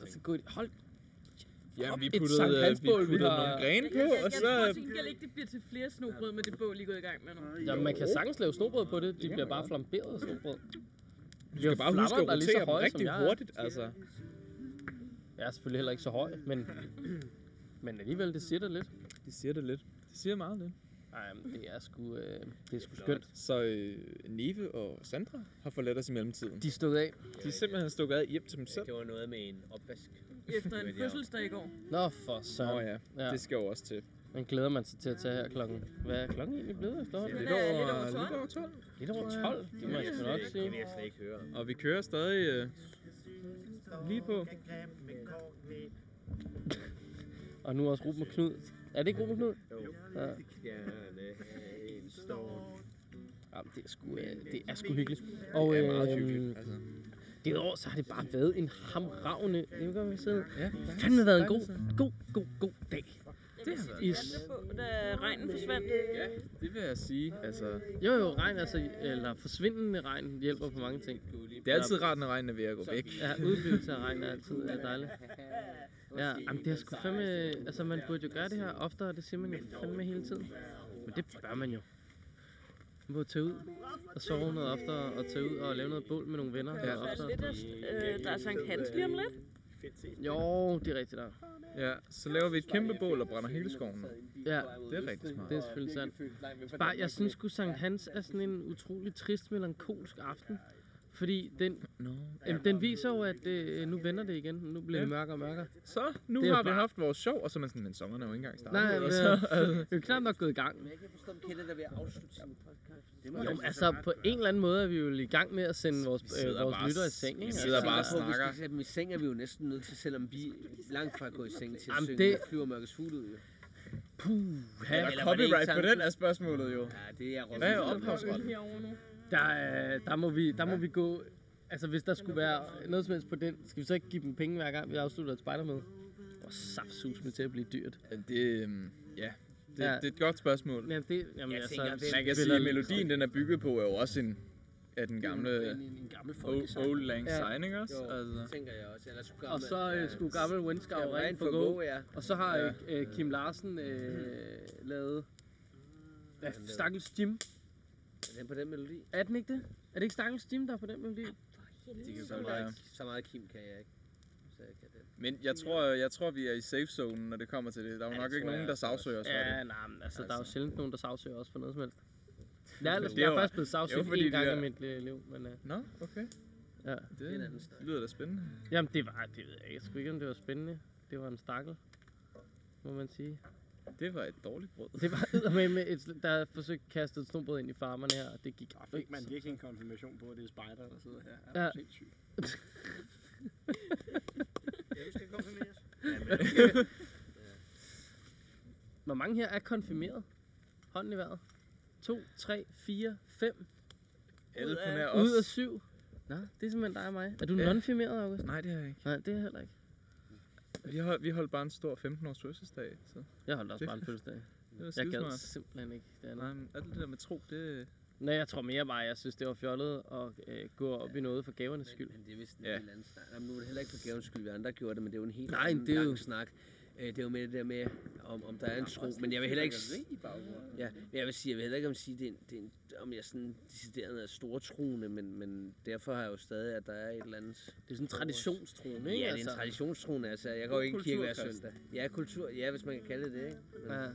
B: altså godt. Hold
C: Jamen, vi
B: et
C: puttede,
B: Sankt
C: øh, vi
B: Hans-bål, vi
C: puttede
B: har-
C: nogle grene på,
E: Jeg,
C: og
E: jeg
C: så...
E: tror til gengæld ikke, det bliver til flere snobrød med det bål, I er gået i gang med nu.
B: Ja, man kan sagtens lave snobrød på det. De bliver bare flamberet snobrød.
C: Du skal bare huske at
B: flammer, der er lige så
C: rotere dem
B: høje, som
C: rigtig
B: jeg er.
C: hurtigt, altså.
B: Jeg er selvfølgelig heller ikke så høj, men, men alligevel, det siger det lidt.
C: De siger det lidt. De siger meget lidt.
B: Nej, men det er sgu, øh, det er sgu skønt.
C: Så øh, Neve og Sandra har forladt os i mellemtiden.
B: De stod af.
C: De er simpelthen stukket af hjem til dem selv.
I: Det var noget med en opvask.
E: Efter en fødselsdag i går.
B: Nå, for søren.
C: Nå ja,
B: Ja.
C: det skal jo også til.
B: Den glæder man sig til at tage her klokken. Hvad er klokken egentlig blevet efterhånden?
E: Den
C: Lidt
E: er lidt
C: over,
E: over 12.
C: lidt over 12.
B: Lidt over 12, det må jeg sgu nok
I: Det vil
B: sige.
I: jeg slet ikke høre.
C: Og vi kører stadig øh, lige på.
B: Og nu også Ruben og Knud. Er det ikke Ruben og Knud? Ja. Jamen, det er sgu, øh, det er sgu hyggeligt. Og,
C: Det er meget
B: øhm,
C: hyggeligt. Altså.
B: Det år, så har det bare været en hamravende... Det kan vi sidde.
C: Ja,
B: Det har fandme været en god, god, god, god dag.
E: Det
C: har
E: jeg satte på, da regnen forsvandt.
C: Ja, det vil jeg sige. Altså,
B: Jo, jo, regn altså, eller forsvindende regn hjælper på mange ting.
C: det er altid rart, når regnen er ved at gå væk.
B: Ja, udblivelse af regn er altid er dejligt. Ja, jamen, det er sgu fandme... Altså, man burde jo gøre det her oftere, det siger man jo fandme hele tiden. Men det bør man jo. Man burde tage ud og sove noget oftere, og tage ud og lave noget bål med nogle venner. Ja.
E: Så er
B: Oftere.
E: det lidt, øh, der er Sankt Hans lige om lidt.
B: Jo, det er rigtigt der.
C: Ja, så laver vi et kæmpe bål og brænder hele skoven. af.
B: Ja,
C: Det er rigtig smart.
B: det er selvfølgelig sandt. Bare, jeg synes sgu, Sankt Hans er sådan en utrolig trist, melankolsk aften. Fordi den,
C: Nå.
B: jamen, den viser jo, at øh, nu vender det igen. Nu bliver det mørkere og mørkere.
C: Så, nu
B: Det er
C: har vi
B: bare-
C: haft vores sjov, og så er man sådan, men sommeren er jo ikke engang startet.
B: Nej,
C: og
B: men,
C: så,
B: øh, vi er knap nok gået i gang.
I: Jeg kan forstå, om Kjell er ved at afslutte sin podcast. Det må
B: Jo,
I: jeg
B: men altså på en eller anden måde er vi jo i gang med at sende vores, øh,
C: sidder
B: vores
C: bare-
B: lyttere i seng.
C: vi
B: ikke?
C: sidder
B: Altså,
C: bare og
I: På, hvis
C: snakker.
I: vi sætter dem i seng, er vi jo næsten nødt til, selvom vi er langt fra at gå i seng til at
B: Jamen,
I: synge
B: det-
I: det... Flyver Mørkets Fugle ud. Jo.
B: uh.
C: er
I: eller
C: der
I: var det ikke
C: copyright på
I: sådan?
C: den er spørgsmålet jo.
I: Ja, det er Robin.
C: Hvad er
E: Der er øl
C: ophavsretten?
E: herovre nu.
B: Der, øh, der, må vi, der må vi gå... Altså hvis der skulle være noget som helst på den, skal vi så ikke give dem penge hver gang, vi afslutter et spejdermøde? Hvor saftsus med til at blive dyrt.
C: Det, øhm, ja, det,
B: Ja.
C: det er et godt spørgsmål.
B: Jamen det... Jamen,
I: Jeg
B: altså,
I: tænker, det er
C: Man kan sige, at melodien den er bygget på er jo også en af den gamle
I: En, en gammel
C: Old,
I: folkesang.
C: old Lang
B: Ja.
C: Syne, ikke også?
I: Jo, det
C: Altså.
I: tænker jeg også. Eller skulle
B: Og så øh, skulle gammel Windscow
I: gammel
B: rent
I: rent
B: for
I: for
B: gå.
I: god, ja.
B: Og så har øh, øh, Kim Larsen øh, lavet... Hvad Stakkels Jim?
I: Er den på den melodi?
B: Er den ikke det? Er det ikke Stakkels Jim, der er på den melodi?
I: Det kan
C: Så
I: så, meget,
C: meget-
I: så meget Kim kan jeg ikke. Så jeg kan det.
C: Men jeg tror, jeg tror, vi er i safe zone, når det kommer til det. Der er jo
I: Ja,
C: nok
I: det
C: ikke
I: tror
C: nogen,
I: jeg
C: der
I: altså
C: sagsøger os for det.
B: Ja, nej, men altså, altså, der er jo
C: Altså.
B: sjældent nogen, der sagsøger os for noget som helst. Jeg er, ellers-
C: Det
B: jeg
C: var-
B: er faktisk blevet
C: det
B: sagsøgt
C: var fordi,
B: en gang
C: det
B: i
C: er-
B: mit øh, liv, men øh,
C: Nå, okay.
B: ja.
C: Det,
I: er en anden snak.
C: lyder da spændende.
B: Jamen, det var, det ved jeg ikke. Jeg skulle ikke, om det var spændende. Det var en stakkel, må man sige.
C: Det var et dårligt brød.
B: Det var med, med et, sl- der er forsøgt at kaste et snobrød ind i farmerne her, og det gik
F: Fik
B: ikke.
F: man
B: så-
F: virkelig en konfirmation på, at det er spejder, der sidder her?
B: Ja.
F: Ja. Sindssygt.
B: Hvor mange her er konfirmeret? Hånden i vejret. 2, 3, 4, 5.
C: Alle på nær
B: Ud af
C: os.
B: 7. Nå, det er simpelthen dig og mig. Er du
C: Ja.
B: nonfirmeret, August?
C: Nej, det har jeg ikke.
B: Nej, det er jeg heller ikke.
C: Vi holdt, vi holdt bare en stor 15-års fødselsdag, så
B: Jeg holdt også
C: Det-
B: bare en fødselsdag.
C: det var
B: Jeg gad
C: skidesmart.
B: simpelthen ikke det andet.
C: Nej, men alt det der med tro, det...
B: Nej, jeg tror mere bare, jeg synes, det var fjollet at øh, gå op i noget for gavernes skyld.
I: Men det er vist en
C: Ja.
I: ja. helt anden snak. Jamen, nu er det heller ikke for gavens skyld, vi andre gjorde det, men det er jo en helt
B: Nej,
I: anden
B: det er jo-
I: lang snak. Øh, Det er jo med det der med, om, om der er en tro, men jeg vil heller ikke... s- Ja, jeg vil sige, jeg vil heller ikke om sige, det er en, det er en, om jeg sådan decideret er stortroende, men, men derfor har jeg jo stadig, at der er et eller andet...
B: Det er sådan en traditionstroende, ikke?
I: Ja, det er en traditionstroende, altså. Jeg går ikke i kirke hver
C: kulturkristen.
I: søndag. Ja, kultur, ja, hvis man kan kalde det det, ikke? Men,
B: Ja.
C: øh,
E: Jeg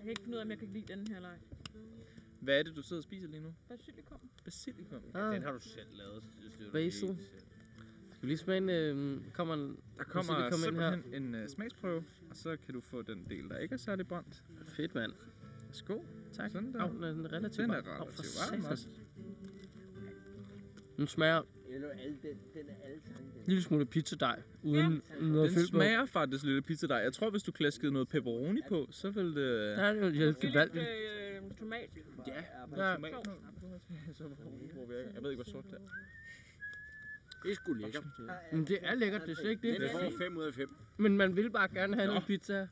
E: kan ikke finde ud af, om jeg kan lide den her leg.
C: Hvad er det, du sidder og spiser lige nu?
E: Basilikum.
C: Basilikum.
B: Ah,
F: Den har du selv lavet. så det er jo
B: basil.
F: helt-
B: Skal vi lige smage en... Øh, kommer en...
C: Der kommer
B: Basilikum ind her.
C: simpelthen en uh, smagsprøve, og så kan du få den del, der ikke er særlig brændt.
B: Fedt, mand.
C: Værsgo. Tak. Sådan der.
B: Au, den er relativt
C: den er
B: varm. Au, for
C: relativt varm
B: satan.
C: også.
B: Den smager...
I: Eller er
B: lille smule pizzadej, uden noget
C: Den
B: fyld på.
C: smager faktisk lidt pizza dig. Jeg tror, hvis du klaskede noget pepperoni på, så ville det... øh,
B: Ja, det vil hjælpe gevaldigt.
E: øh, tomat.
C: Ja,
B: Ja.
C: ja. Jeg ved ikke, hvor sort det er.
F: Det er sgu lækkert.
B: Men det er lækkert, det er slet ikke
F: Den
B: det.
F: får 5 ud af 5.
B: Men man vil bare gerne have noget pizza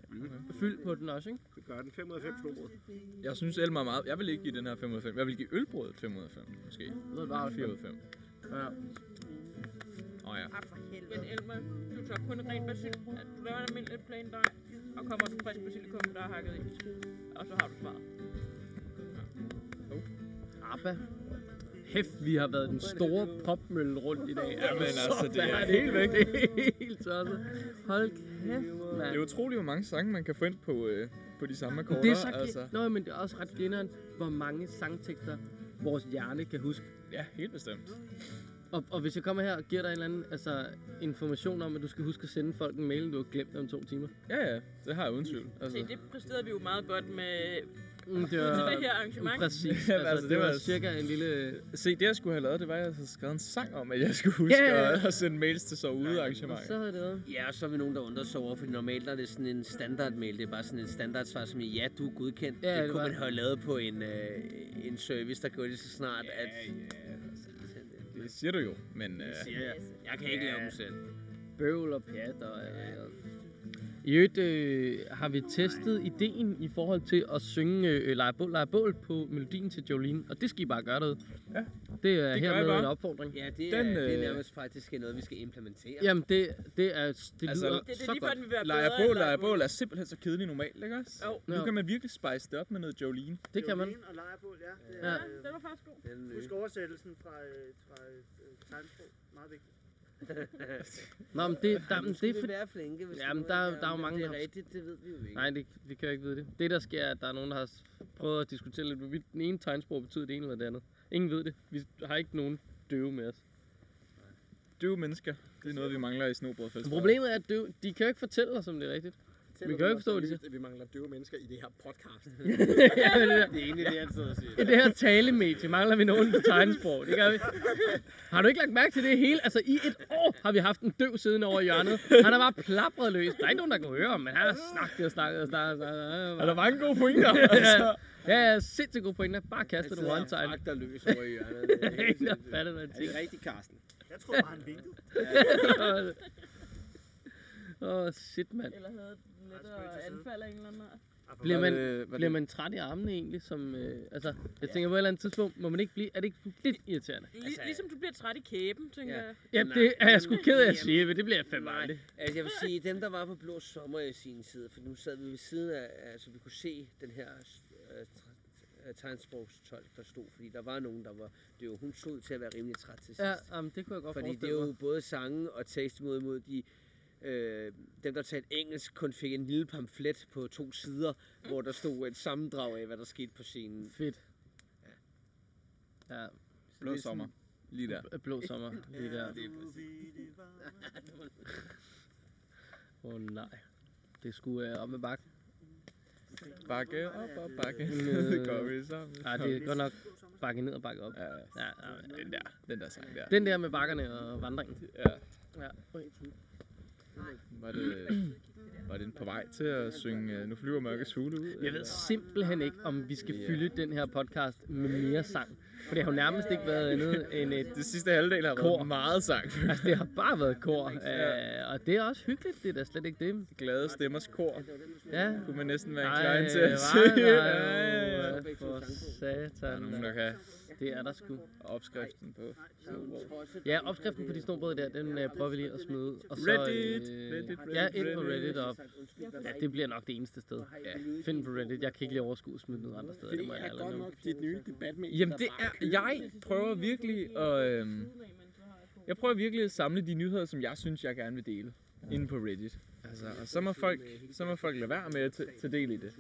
B: fyld på den også, ikke?
F: Vi gør den 5 ud af 5 snobrød.
C: øh, Jeg synes Elmer er meget... Jeg vil ikke give den her 5 ud af 5. Jeg vil give ølbrødet 5 ud af 5, måske.
B: Noget bare
C: 4 ud af 5.
B: Ja.
C: Åh oh, ja.
E: Men Elmer, du tager kun ren basil. Du laver en almindelig plain dej, og kommer du frisk basilikum, der er hakket i. Og så har du svaret.
B: Abba. Hæft, vi har været den store popmølle rundt i dag. Jamen
C: altså, det er
B: helt væk. Det er helt tosset. Hold kæft, mand.
C: Det er utroligt, hvor mange sange, man kan få ind på, øh, på de samme akkorder.
B: Det er så
C: altså.
B: altså. Nå, men det er også ret grineren, hvor mange sangtekster vores hjerne kan huske.
C: Ja, helt bestemt.
B: Og, og hvis jeg kommer her og giver dig en eller anden altså, information om, at du skal huske at sende folk en mail, du har glemt om to timer.
C: Ja, ja. Det har jeg uden tvivl. Altså,
E: Se, det præsterede vi jo meget godt med
B: Mm, det
E: til
C: altså.
E: det her
B: var
E: arrangement.
B: præcis. Altså,
C: Ja, altså,
B: altså,
C: det
B: det
C: var
B: var
C: altså-
B: cirka en lille...
C: Se, det jeg skulle have lavet, det var, at jeg havde skrevet en sang om, at jeg skulle huske
B: Ja, ja,
C: yeah.
B: ja.
C: at, at sende mails til så ude arrangementer.
B: Så havde det været.
I: Ja, og så er vi nogen, der undrer sig over, for normalt er det sådan en standardmail. Det er bare sådan en standardsvar, som i, ja, du er godkendt.
B: Ja,
I: Ja, det,
B: det
I: det kunne
B: var-
I: man have lavet på en, øh, en service, der gjorde det så snart, at...
C: Det siger du jo, men... Øh,
I: Ja, jeg kan ikke lave dem selv.
B: Bøvl og pjat og... og- I øvrigt øh, har vi testet ideen i forhold til at synge øh, Leje Bål, Leje Bål på melodien til Jolene, og det skal I bare gøre derude.
C: Ja,
B: Det er
C: det gør I
B: hermed
C: bare.
B: en opfordring.
I: Ja, det,
C: Den,
I: Den, øh... det
C: øh,
I: er nærmest faktisk noget, vi skal implementere. Ja.
B: Jamen, det, det er... Det
C: Altså,
E: Det er
B: lyder
E: det
B: så
E: lige
B: godt.
E: før, den vil være bedre.
C: Lejer bål,
E: end
C: lejer
E: Lejer
C: bål er simpelthen så kedelig normalt, ikke også?
E: Jo.
C: Nu
B: Jo.
C: kan man virkelig spice det op med noget Jolene.
B: Det kan man.
F: Og lejer på, ja. Det
B: Ja.
F: er,
E: Ja,
F: øh,
E: den var faktisk god.
I: Den, øh,
F: Husk oversættelsen fra, øh, fra øh, tegnsprog. Meget vigtigt.
B: Nå, men det, der,
I: nu
B: men
I: skal
B: det er
I: vi
B: for...
I: være flinke, hvis
B: Jamen,
I: det
B: der er-
I: noget,
B: der er jo
I: men
B: mange,
I: det
B: der
I: er
B: har-
I: rigtigt, det ved vi jo ikke.
B: Nej, det, vi kan jo ikke vide det. Det, der sker, er, at der er nogen, der har s- prøvet at diskutere lidt, hvorvidt den ene tegnsprog betyder det ene eller det andet. Ingen ved det. Vi har ikke nogen døve med os.
C: Døve mennesker, det er noget, vi mangler i snobrødfest.
B: Problemet er, at døve, de kan jo ikke fortælle os, om det er rigtigt. kan
F: Fortæller du
B: jo ikke
F: mig
B: forstå, hvad de
F: seriøst, at Vi mangler døve mennesker i det her podcast.
B: ja, men det der.
F: Det er egentlig det, jeg sidder og siger.
B: I det her talemedie mangler vi nogen på tegnsprog. Det gør vi. Har du ikke lagt mærke til det hele? Altså, i et år har vi haft en døv siddende over i hjørnet. Han har bare plapret løs. Der er ikke nogen, der kan høre ham, men han har snakket og snakket og snakket. Og snakket.
C: Er der mange gode pointer? altså?
B: Ja, ja, sindssygt gode pointer. Bare kastet nogle one time.
I: Fragter løs over i hjørnet. Det er helt
B: Ingen, der
I: sindssygt.
B: fattede, hvad han
I: Er det
B: tænkte.
I: ikke rigtigt, Carsten?
F: Jeg tror bare, han vinkede.
B: Åh, oh, shit, mand.
E: Eller havde den lettere anfald af en eller anden art.
B: Bliver man,
C: det- var
B: bliver
C: det-
B: man træt i armene egentlig? Som, øh, altså, jeg tænker på et eller andet tidspunkt, må man ikke blive, er det ikke lidt irriterende?
E: Lig, ligesom du bliver træt i kæben, tænker
I: Ja.
E: jeg.
B: Ja,
I: Nej,
B: det er jeg sgu ked af at
I: jamen,
B: sige, men det bliver jeg fandme
I: Nej,
B: aldrig.
I: altså jeg vil sige, dem der var på Blå Sommer i sin tid, for nu sad vi ved siden af, altså vi kunne se den her øh, tra- øh, tegnsprogstolk, der stod, fordi der var nogen, der var, det var, hun stod til at være rimelig træt til sidst.
B: Ja, jamen, det kunne jeg godt
I: fordi det er
B: forestille mig.
I: jo både sange og tekst mod, mod de, øh, dem der talte engelsk, kun fik en lille pamflet på to sider, hvor der stod et sammendrag af, hvad der skete på scenen.
B: Fedt. Ja,
C: Blå sommer. Lige der.
B: øh, blå sommer lige der. Åh oh, nej. Det skulle øh, op med bakken.
C: Bakke op og bakke.
B: Øh.
C: Det går vi sammen.
B: Nej, det er godt nok bakke ned og bakke op.
C: Ja,
B: Ja, ja, ja.
C: den der, den der sang der.
B: Den der med bakkerne og vandringen.
C: Ja.
B: Ja.
C: Var det, var den på vej til at synge øh, Nu flyver mørkets hule ud?
B: Jeg ved simpelthen ikke, om vi skal fylde den her podcast med mere sang. For det har jo nærmest ikke været andet end et...
C: Det sidste halvdel har
B: Kor.
C: været meget sang.
B: Altså, det har bare været kor. Øh, og det er også hyggeligt, det er da slet ikke det.
C: Glade stemmers kor.
B: Ja.
C: Kunne man næsten være
B: Nej,
C: en til at
B: nej,
C: sige.
B: nej,
C: Ja, ja.
B: nej, for
C: Der er nogen,
B: satan.
C: der kan
B: Det er der sgu.
C: opskriften på.
B: Ja, opskriften på de snobrød der, den øh, prøver vi lige at smide ud. Og så, øh,
C: Reddit, Reddit,
B: Ja,
C: Reddit,
B: ind på Reddit
C: Reddit.
B: op. Ja, det bliver nok det eneste sted. Ja. Find på Reddit. Jeg kan ikke lige overskue at smide noget andre steder. Det må jeg allerede nu.
F: Dit nye debat med
C: Jamen det er, jeg prøver virkelig at, øhm, jeg prøver virkelig at samle de nyheder, som jeg synes, jeg gerne vil dele inde på Reddit. Altså, og så må folk, så må folk lade være med at t- tage del i det.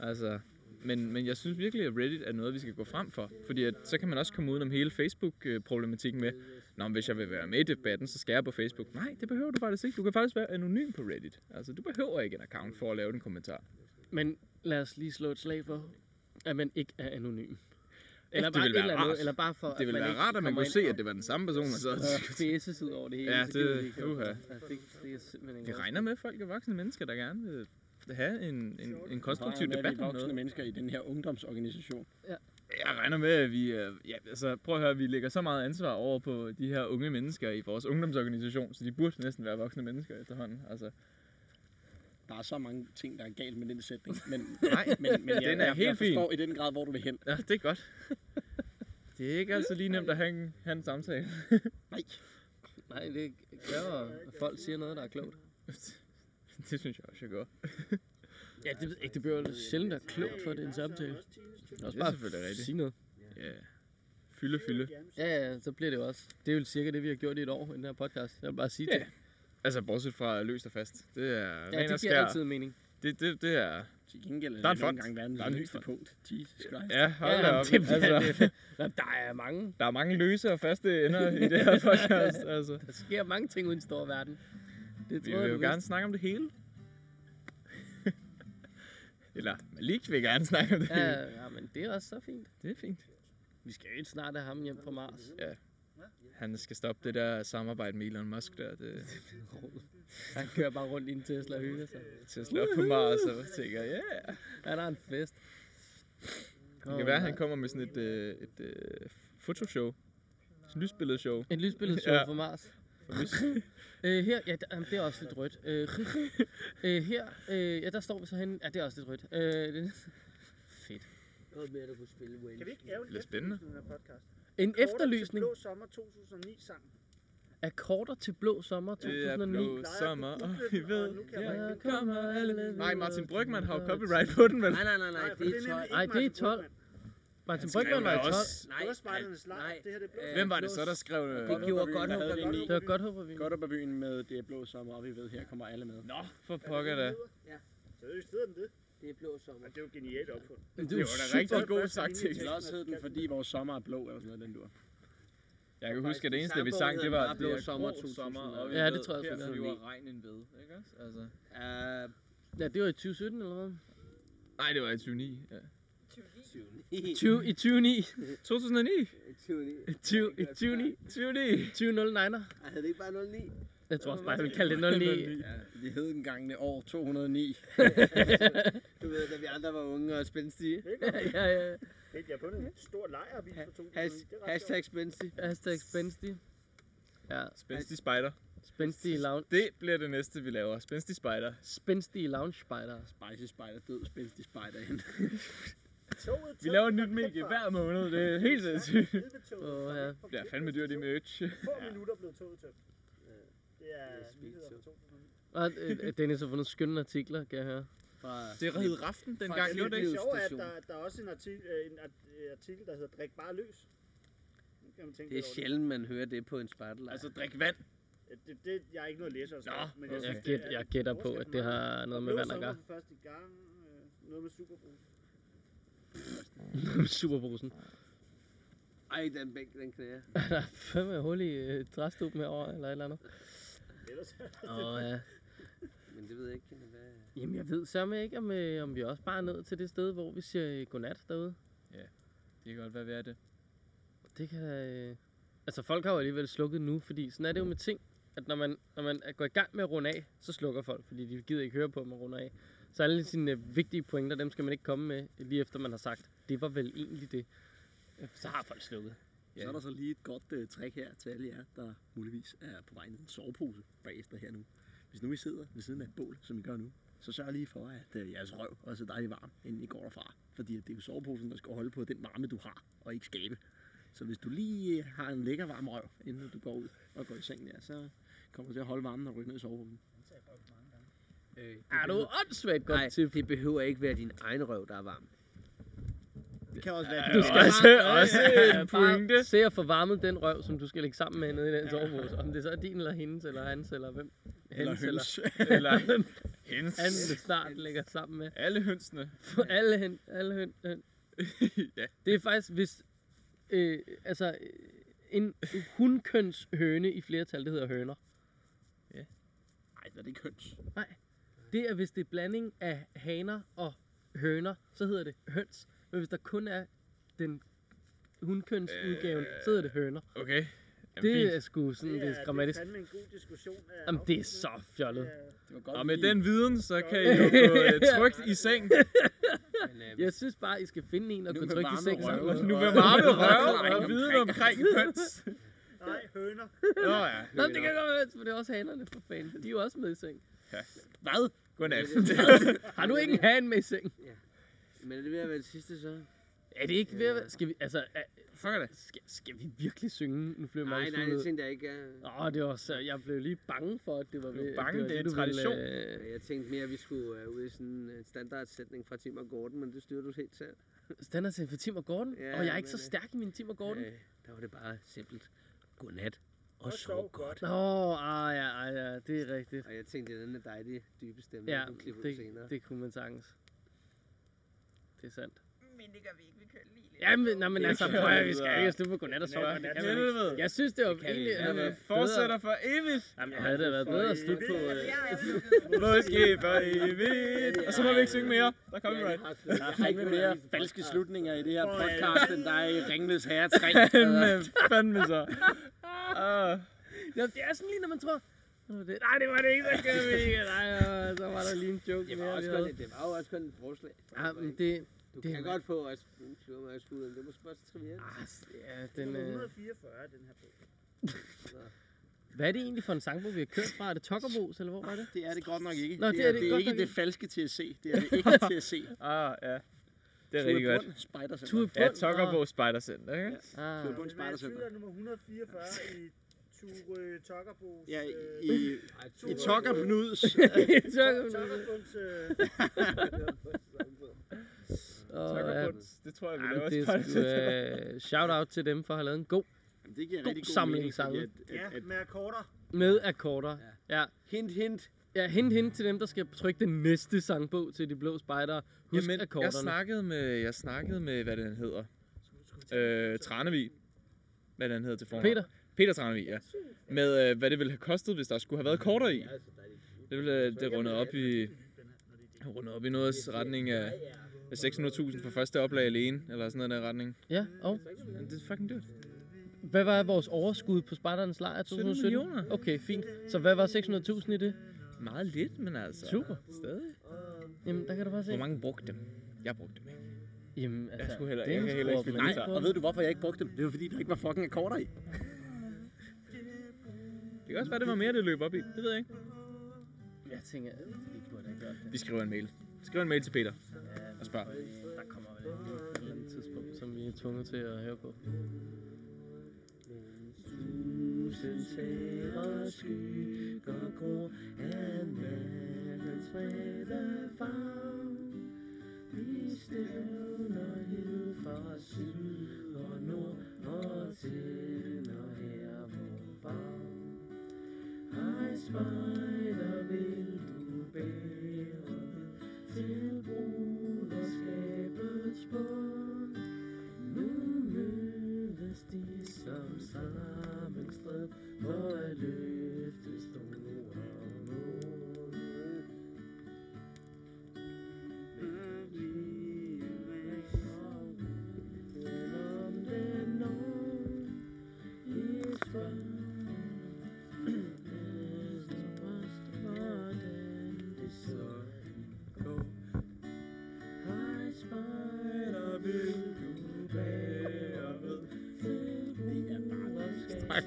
C: Altså, men, men jeg synes virkelig, at Reddit er noget, vi skal gå frem for. Fordi at, så kan man også komme uden om hele Facebook-problematikken med, Nå, men hvis jeg vil være med i debatten, så skal jeg på Facebook. Nej, det behøver du faktisk ikke. Du kan faktisk være anonym på Reddit. Altså, du behøver ikke en account for at lave en kommentar.
B: Men lad os lige slå et slag for, at man ikke er anonym. Eller
C: Det
B: bare
C: ville
B: et
C: være
B: eller andet,
C: rart.
B: eller bare for,
C: Det ville være rart, at man kunne se, at det var den samme person, og så...
B: fæses ud over det hele.
C: Ja,
B: så gider
C: det-
B: vi ikke at-
C: uha.
B: Altså, det, det er simpelthen ikke
C: Jeg
B: vores-
C: regner med, at folk er voksne mennesker, der gerne vil have en, en, en konstruktiv
F: Bare med, at
C: debat
F: vi er
C: om
F: voksne
C: noget.
F: mennesker i den her ungdomsorganisation.
C: Jeg regner med, at vi... øh, Ja, altså, prøv at høre, vi lægger så meget ansvar over på de her unge mennesker i vores ungdomsorganisation, så de burde næsten være voksne mennesker efterhånden. Altså,
F: Der er så mange ting, der er galt med den sætning. Men,
C: Nej,
F: men, men jeg,
C: den er
F: jeg, jeg
C: helt fin.
F: forstår i den grad, hvor du vil hen.
C: Ja, det er godt. Det er ikke altså lige nemt at have en, have en samtale.
B: Nej, det gør, at folk siger noget, der er klogt.
C: Det synes jeg også, jeg gør.
B: Ja, det ved jeg ikke. Det bliver jo sjældent være klogt for, at det er en samtale. Det er også
C: Det er
B: bare
C: selvfølgelig
B: at
C: rigtigt.
B: sige noget.
C: Ja. Fylde, fylde.
B: Ja, ja, så bliver det jo også. Det er jo cirka det, vi har gjort i et år i den her podcast. Jeg vil bare sige
C: Ja,
B: det.
C: Altså, bortset fra løst og fast. Det er ja,
B: Ja,
C: ren
B: det
C: og
B: giver
C: skær.
B: altid mening.
C: Det, det, det er...
F: Til gengæld er
C: Der er
F: det
C: en
F: nogle
C: fond.
F: gange verdens
C: Der er en ny
F: længste
C: fond.
F: punkt. Jesus Christ.
C: Ja, hold da
B: ja,
C: op.
B: det, altså.
C: altså,
B: det, Jamen, der er mange.
C: der er mange løse og faste ender i det her podcast. Altså.
B: Der sker mange ting uden i den store verden. Det
C: Vi
B: tror jeg,
C: vil
B: du
C: jo
B: vidste.
C: gerne snakke om det hele. Eller Malik vil gerne snakke om det hele.
B: Ja, ja, men det er også så fint.
C: Det er fint.
B: Vi skal jo ikke snart have ham hjem fra Mars.
C: Han skal stoppe det der samarbejde med Elon Musk der. Det,
B: Han kører bare rundt i en Tesla og hygger sig.
C: til at slå op på Mars og tænker, ja. Yeah.
B: Er der en fest?
C: Det kan være, at han kommer med sådan et, øh, et øh, fotoshow. Sådan et lysbilledshow.
B: En lysbilledeshow
C: Ja.
B: ja. fra Mars. øh, her, ja, der, jamen, det er også lidt rødt. Øh, øh, her, øh, ja, der står vi så henne. Ja, det er også lidt rødt. Øh, det, fedt.
I: Noget mere, du kunne spille, Wales.
D: Kan vi ikke lave en
C: Det er spændende.
D: efterlysning af den her podcast?
B: En efterlysning
D: Blå sommer 2009 sang.
B: Akkorder til blå sommer
C: Det er
B: 2009.
C: blå sommer, og vi ved,
D: Nu kan jeg
C: ja.
D: ikke-
B: Der kommer alle
C: Nej, Martin Brygman har jo copyright på den, vel?
D: Nej, nej, nej, nej,
B: det er
D: nemlig
B: 12.
D: ikke
B: Nej, det er
D: Martin
B: 12.
D: Brygmann.
B: Martin
C: Altså,
B: Brygman var i 12.
D: Nej, det var Spejdernes Lejr.
B: nej,
D: Det her det er blå.
C: Hvem var det så, der skrev... Øh,
D: Det gjorde godt nok
F: havde en
D: godt.
F: idé.
B: Det var godt håber vi.
F: Godt op ad byen med det er blå sommer, og vi ved, her kommer alle med.
C: Nå, for pokker da.
D: Seriøst, hedder den det?
I: Det er blå sommer.
D: Ja, det er jo genialt opfund.
C: Det var da rigtig god sagt til.
F: Eller også hed den, fordi vores sommer er blå, eller sådan noget, den dur.
C: Jeg kan huske, at det eneste,
B: samme
C: vi
B: bog
C: sang,
B: hedder
C: det
B: den
C: var...
B: bare
C: Det
B: Blå
C: er
B: Sommer
C: grå
B: 2000,
C: sommer,
B: eller
C: og vi
B: hvad? Ja,
C: ved,
B: det tror jeg
C: her
B: også, vi
C: flyver
B: ved.
C: regnen ved, ikke også? Altså,
I: Uh,
B: Ja, det var i 2017 eller hvad?
C: nej, det var i 2009. Ja.
B: 20, I 2009.
C: 2009?
B: 20, I 2009.
C: 2009!
B: 2009'er.
I: jeg havde det ikke bare 09.
B: Jeg tror også bare, jeg vil kalde det 09.
D: Ja, vi hed engang det år 209.
I: Du ved, da vi andre var unge og spændstige.
B: ja, ja.
D: Helt, jeg har fundet en stor lejrvis fra 2009. Det er ret sjovt.
I: Hashtag spændstige.
B: Hashtag Spensty. Ja,
C: Spændstig Spider.
B: Spensty Lounge.
C: Det bliver det næste, vi laver. Spændstig Spider.
B: Spensty Lounge Spider.
F: Spicy spider, død spændstig spider hen.
D: Toget
C: Vi laver et nyt medie hver måned. Det er helt sindssygt. Det
B: Åh, ja.
D: Det
C: bliver fandme dyrt i merch.
D: Få minutter blev toget tømt. Det er nyheder fra 2009.
B: Og øh, Dennis har fundet skønne artikler, kan jeg høre.
C: Det red raften dengang,
D: Det,
C: gjorde det
D: det,
C: ikke?
D: sjove er, at der, der er også en artikel, øh, en art- øh, artikel, der hedder Drik bare løs. Nu kan man tænke
I: Det er
D: lidt over
I: sjældent, man hører det på en spejderlejr.
C: Altså, drik vand.
D: Ja, Det, det, jeg er ikke noget læser.
C: Nå,
D: men
C: okay.
B: Jeg,
D: synes,
B: gæt,
D: det er-
B: jeg gætter på, at det har noget med
D: Blå
B: vand at
D: sommer
B: gøre.
D: for første gang. øh, Noget med Superbrug.
B: Superbrusen.
I: Ej, den bænk, den knæer.
B: Er der fandme hul i øh, træstuben herovre, eller et eller andet?
D: Ellers
B: Åh, ja.
I: Men det ved jeg ikke, hvad...
B: Jamen, jeg ved sørme ikke, om, øh, om vi også bare er nået til det sted, hvor vi siger øh, godnat derude.
C: Det kan godt være, hvad er det?
B: Det kan... Øh... Altså, folk har jo alligevel slukket nu, fordi sådan er det jo med ting, at når man, når man går i gang med at runde af, så slukker folk, fordi de gider ikke høre på, at man runder af. Så alle sine øh, vigtige pointer, dem skal man ikke komme med, lige efter man har sagt, det var vel egentlig det. Øh, Så har folk slukket.
F: Så er der så lige et godt uh, trick her til alle jer, der muligvis er på vej ned i en sovepose bagefter her nu. Hvis nu I sidder ved siden af et bål, som I gør nu, så sørg lige for, at uh, jeres røv også er dejligt varm, inden I går derfra. Fordi at det er jo soveposen, der skal holde på den varme, du har, og ikke skabe. Så hvis du lige øh, har en lækker varm røv, inden du går ud og går i seng der, så kommer du til at holde varmen, når du går ned i soveposen.
I: Øh, det
B: Er du
I: behøver-
B: åndssvagt godt
I: Nej,
B: tip?
I: det behøver ikke være din egen røv, der er varm.
F: Det kan også være,
B: Du
F: at
B: skal altså
C: Også-
B: bare,
C: også
B: ja,
C: en
B: bare
C: pointe.
B: se at få varmet den røv, som du skal lægge sammen med nede i den sovepose. Om det så er din eller hendes, eller hans, eller hvem. Hendes, eller,
C: Eller
B: hvem
C: hens.
B: anden det snart lægger sammen med.
C: Alle hønsene.
B: For alle hen, alle hen, hen.
C: ja.
B: Det er faktisk, hvis... Øh, altså, øh, en hundkøns høne i flertal, det hedder høner.
F: Nej, det er ikke høns.
B: Det er, hvis det er blanding af haner og høner, så hedder det høns. Men hvis der kun er den hundkønsudgaven, så hedder det høner.
A: Okay. Jamen,
B: det
A: fint.
B: er sgu sådan, det er grammatisk.
D: Det er fandme en god diskussion. af
B: Jamen, det er så fjollet. Det var
A: Og med den viden, så kan I jo gå øh, trygt i seng.
B: Jeg synes bare, I skal finde en og
A: Nu
B: gå
A: med
B: trygt i
A: varme
B: seng
A: røve.
B: sammen øh, med.
A: Nu med varme røve og viden omkring høns.
D: Nej, høner.
A: Nå ja,
B: Nå, men det
A: høner.
B: kan godt være høns, for det er også hanerne for fanden. De er jo også med i seng.
A: Ja.
B: Hvad?
A: Godnat.
B: Har du ikke en han med i seng?
I: Men er det ved at være det sidste så?
B: Er det ikke ved at være- Skal vi, altså... Er,
A: Fuck det.
B: Skal, skal vi virkelig synge? Nu blev
I: Nej,
B: Marcus
I: nej,
B: fuld
I: det
B: ud.
I: tænkte jeg ikke, ja.
B: Åh, det var så... Jeg blev lige bange for, at det var... ved-
A: bange,
B: var
A: det er
B: du ville,
A: tradition.
B: øh,
I: Jeg tænkte mere, at vi skulle øh, ud i sådan en standardsætning fra Tim og Gordon, men det styrer du helt selv.
B: Standard til øh, for Tim og Gordon?
I: Ja,
B: Ja, og jeg er ikke
I: men,
B: så
I: øh,
B: stærk i min Tim og Gordon.
I: Øh, der var det bare simpelt. Godnat.
B: Og
I: Og sov godt.
B: Nå, ah, ja, ah, ja, det er rigtigt.
I: Og jeg tænkte, at den er dejlige, dybe stemme,
B: Ja,
I: du kunne klippe ud senere.
B: det, det kunne man sagings. Det er sandt.
L: Men det gør vi ikke, vi kører lige lidt.
B: Jamen, nej, men
A: Det
B: altså,
A: kan
B: prøv at
A: vi
B: vi skal
A: videre.
B: ikke slippe på godnat og sove.
A: Nej,
B: godt, Det
A: for
B: kan man
A: helvede.
B: ikke. Jeg synes, det var
A: Det kan vi
B: egentlig...
A: ikke.
B: havde været bedre.
A: Fortsætter for evigt.
B: Jamen, havde det været bedre at slutte på... øh,
A: Måske for evigt. Og så må vi ikke synge mere. Der er copyright.
I: Der er fandme mere falske slutninger i det her podcast, end der er i Ringnes Herre 3.
A: Men fandme altså. så. Ah.
B: Nå, det er sådan lige, når man tror... "Nå, det- Nej, det var det ikke, så gør vi ikke. Nej, og så var der lige en joke
I: Det var,
B: mere. vi
I: også
B: havde.
I: kun, et- det var jo også kun et forslag.
B: Ja, men det...
I: Du
B: det
I: kan
B: var-
I: godt få at slå mig af skulderen. Det er måske også trivielt.
B: Ja,
D: Den
B: den...
D: er
B: Øh...
D: 144, den her bog.
B: Hvad er det egentlig for en sangbog, vi har kørt fra? Er det Tokkerbos, eller hvor var det?
I: Det er det godt nok ikke.
B: Nå, det er det
I: det er
B: godt
I: ikke
B: nok
I: det
B: ikke.
I: falske til at se. Det er det ikke til at se.
A: Ah, ja. Det er rigtig godt.
B: Tue
A: Ja,
B: Bund,
A: Tokkerbo Spidercenter, ikke?
B: Ah.
I: Bund
D: Men jeg
I: Spejdercenter.
D: tvivler nummer 144 i Ture Tokkerbos...
I: Ja,
D: øh,
I: i, i,
D: Ture-
I: i øh. Tokkerpnuds.
D: Tokkerbos... øh,
A: Tokkerbos. Det tror jeg, vi laver
B: Jamen, det er sgu, øh, shout out til dem for at have lavet en god,
I: Det giver
B: god
I: rigtig god
B: samling
I: mening, fordi
B: sange
D: Ja, med akkorder.
B: med akkorder. Ja.
I: Hint, hint.
B: ja, hint hint til dem, der skal trykke den næste sangbog til de blå spejdere. Husk Jamen, akkorderne.
A: jeg snakkede med, jeg snakkede med, hvad den hedder. Øh, Tranevig. Hvad den hedder til fornavn.
B: Peter?
A: Peter Tranevig, ja. Med, øh, hvad det ville have kostet, hvis der skulle have været kortere i.
B: altså
A: Det ville øh, det rundet op i rundet op i noget i retning af 600.000 for første oplag alene, eller sådan noget i den retning.
B: Ja, og
A: Men Øh, det er fucking dyrt.
B: hvad var vores overskud på spejdernes lejr i
A: 17
B: 2017?
A: millioner.
B: Okay, fint. Så hvad var 600.000 i det?
A: Meget lidt, men altså.
B: Super.
A: Stadig.
B: Jamen, der kan du bare se.
A: Hvor mange brugte dem? Jeg brugte dem ikke.
B: Jamen, altså,
A: skulle heller- jeg
B: Dennis
A: kan heller ikke
B: bruger dem,
A: finde
B: Niels
A: ud af-
B: bruger
I: Og ved du, hvorfor jeg ikke brugte dem? Det var, fordi der ikke var fucking akkorder i.
A: Det kan også være, det var mere, det løb op i. Det ved jeg ikke.
B: dem. Jeg tænker, vi burde have gjort det.
A: Vi skriver en mail. Skriv en mail til Peter og spørg.
B: Der kommer vel en lyd på et eller andet tidspunkt, som vi er tvunget til at høre på.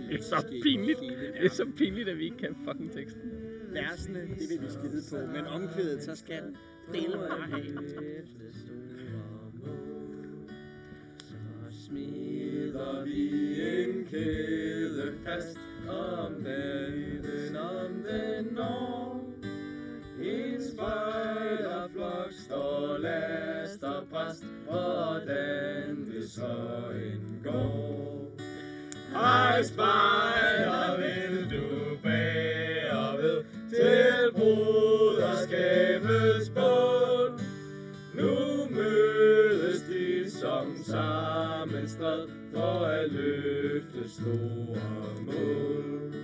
B: Det er så pinligt. Det er så pinligt, at vi ikke kan fucking teksten.
I: Versene, det vil vi skide på. Men omkvædet, så skal den dele bare have.
A: smider vi en kæde fast om den, om den når. En spejderflok står last og bræst, hvordan det så end går. Hej spejder, vil du bære ved til bruderskabets bund? Nu mødes de som sammen stræd for at løfte store mål.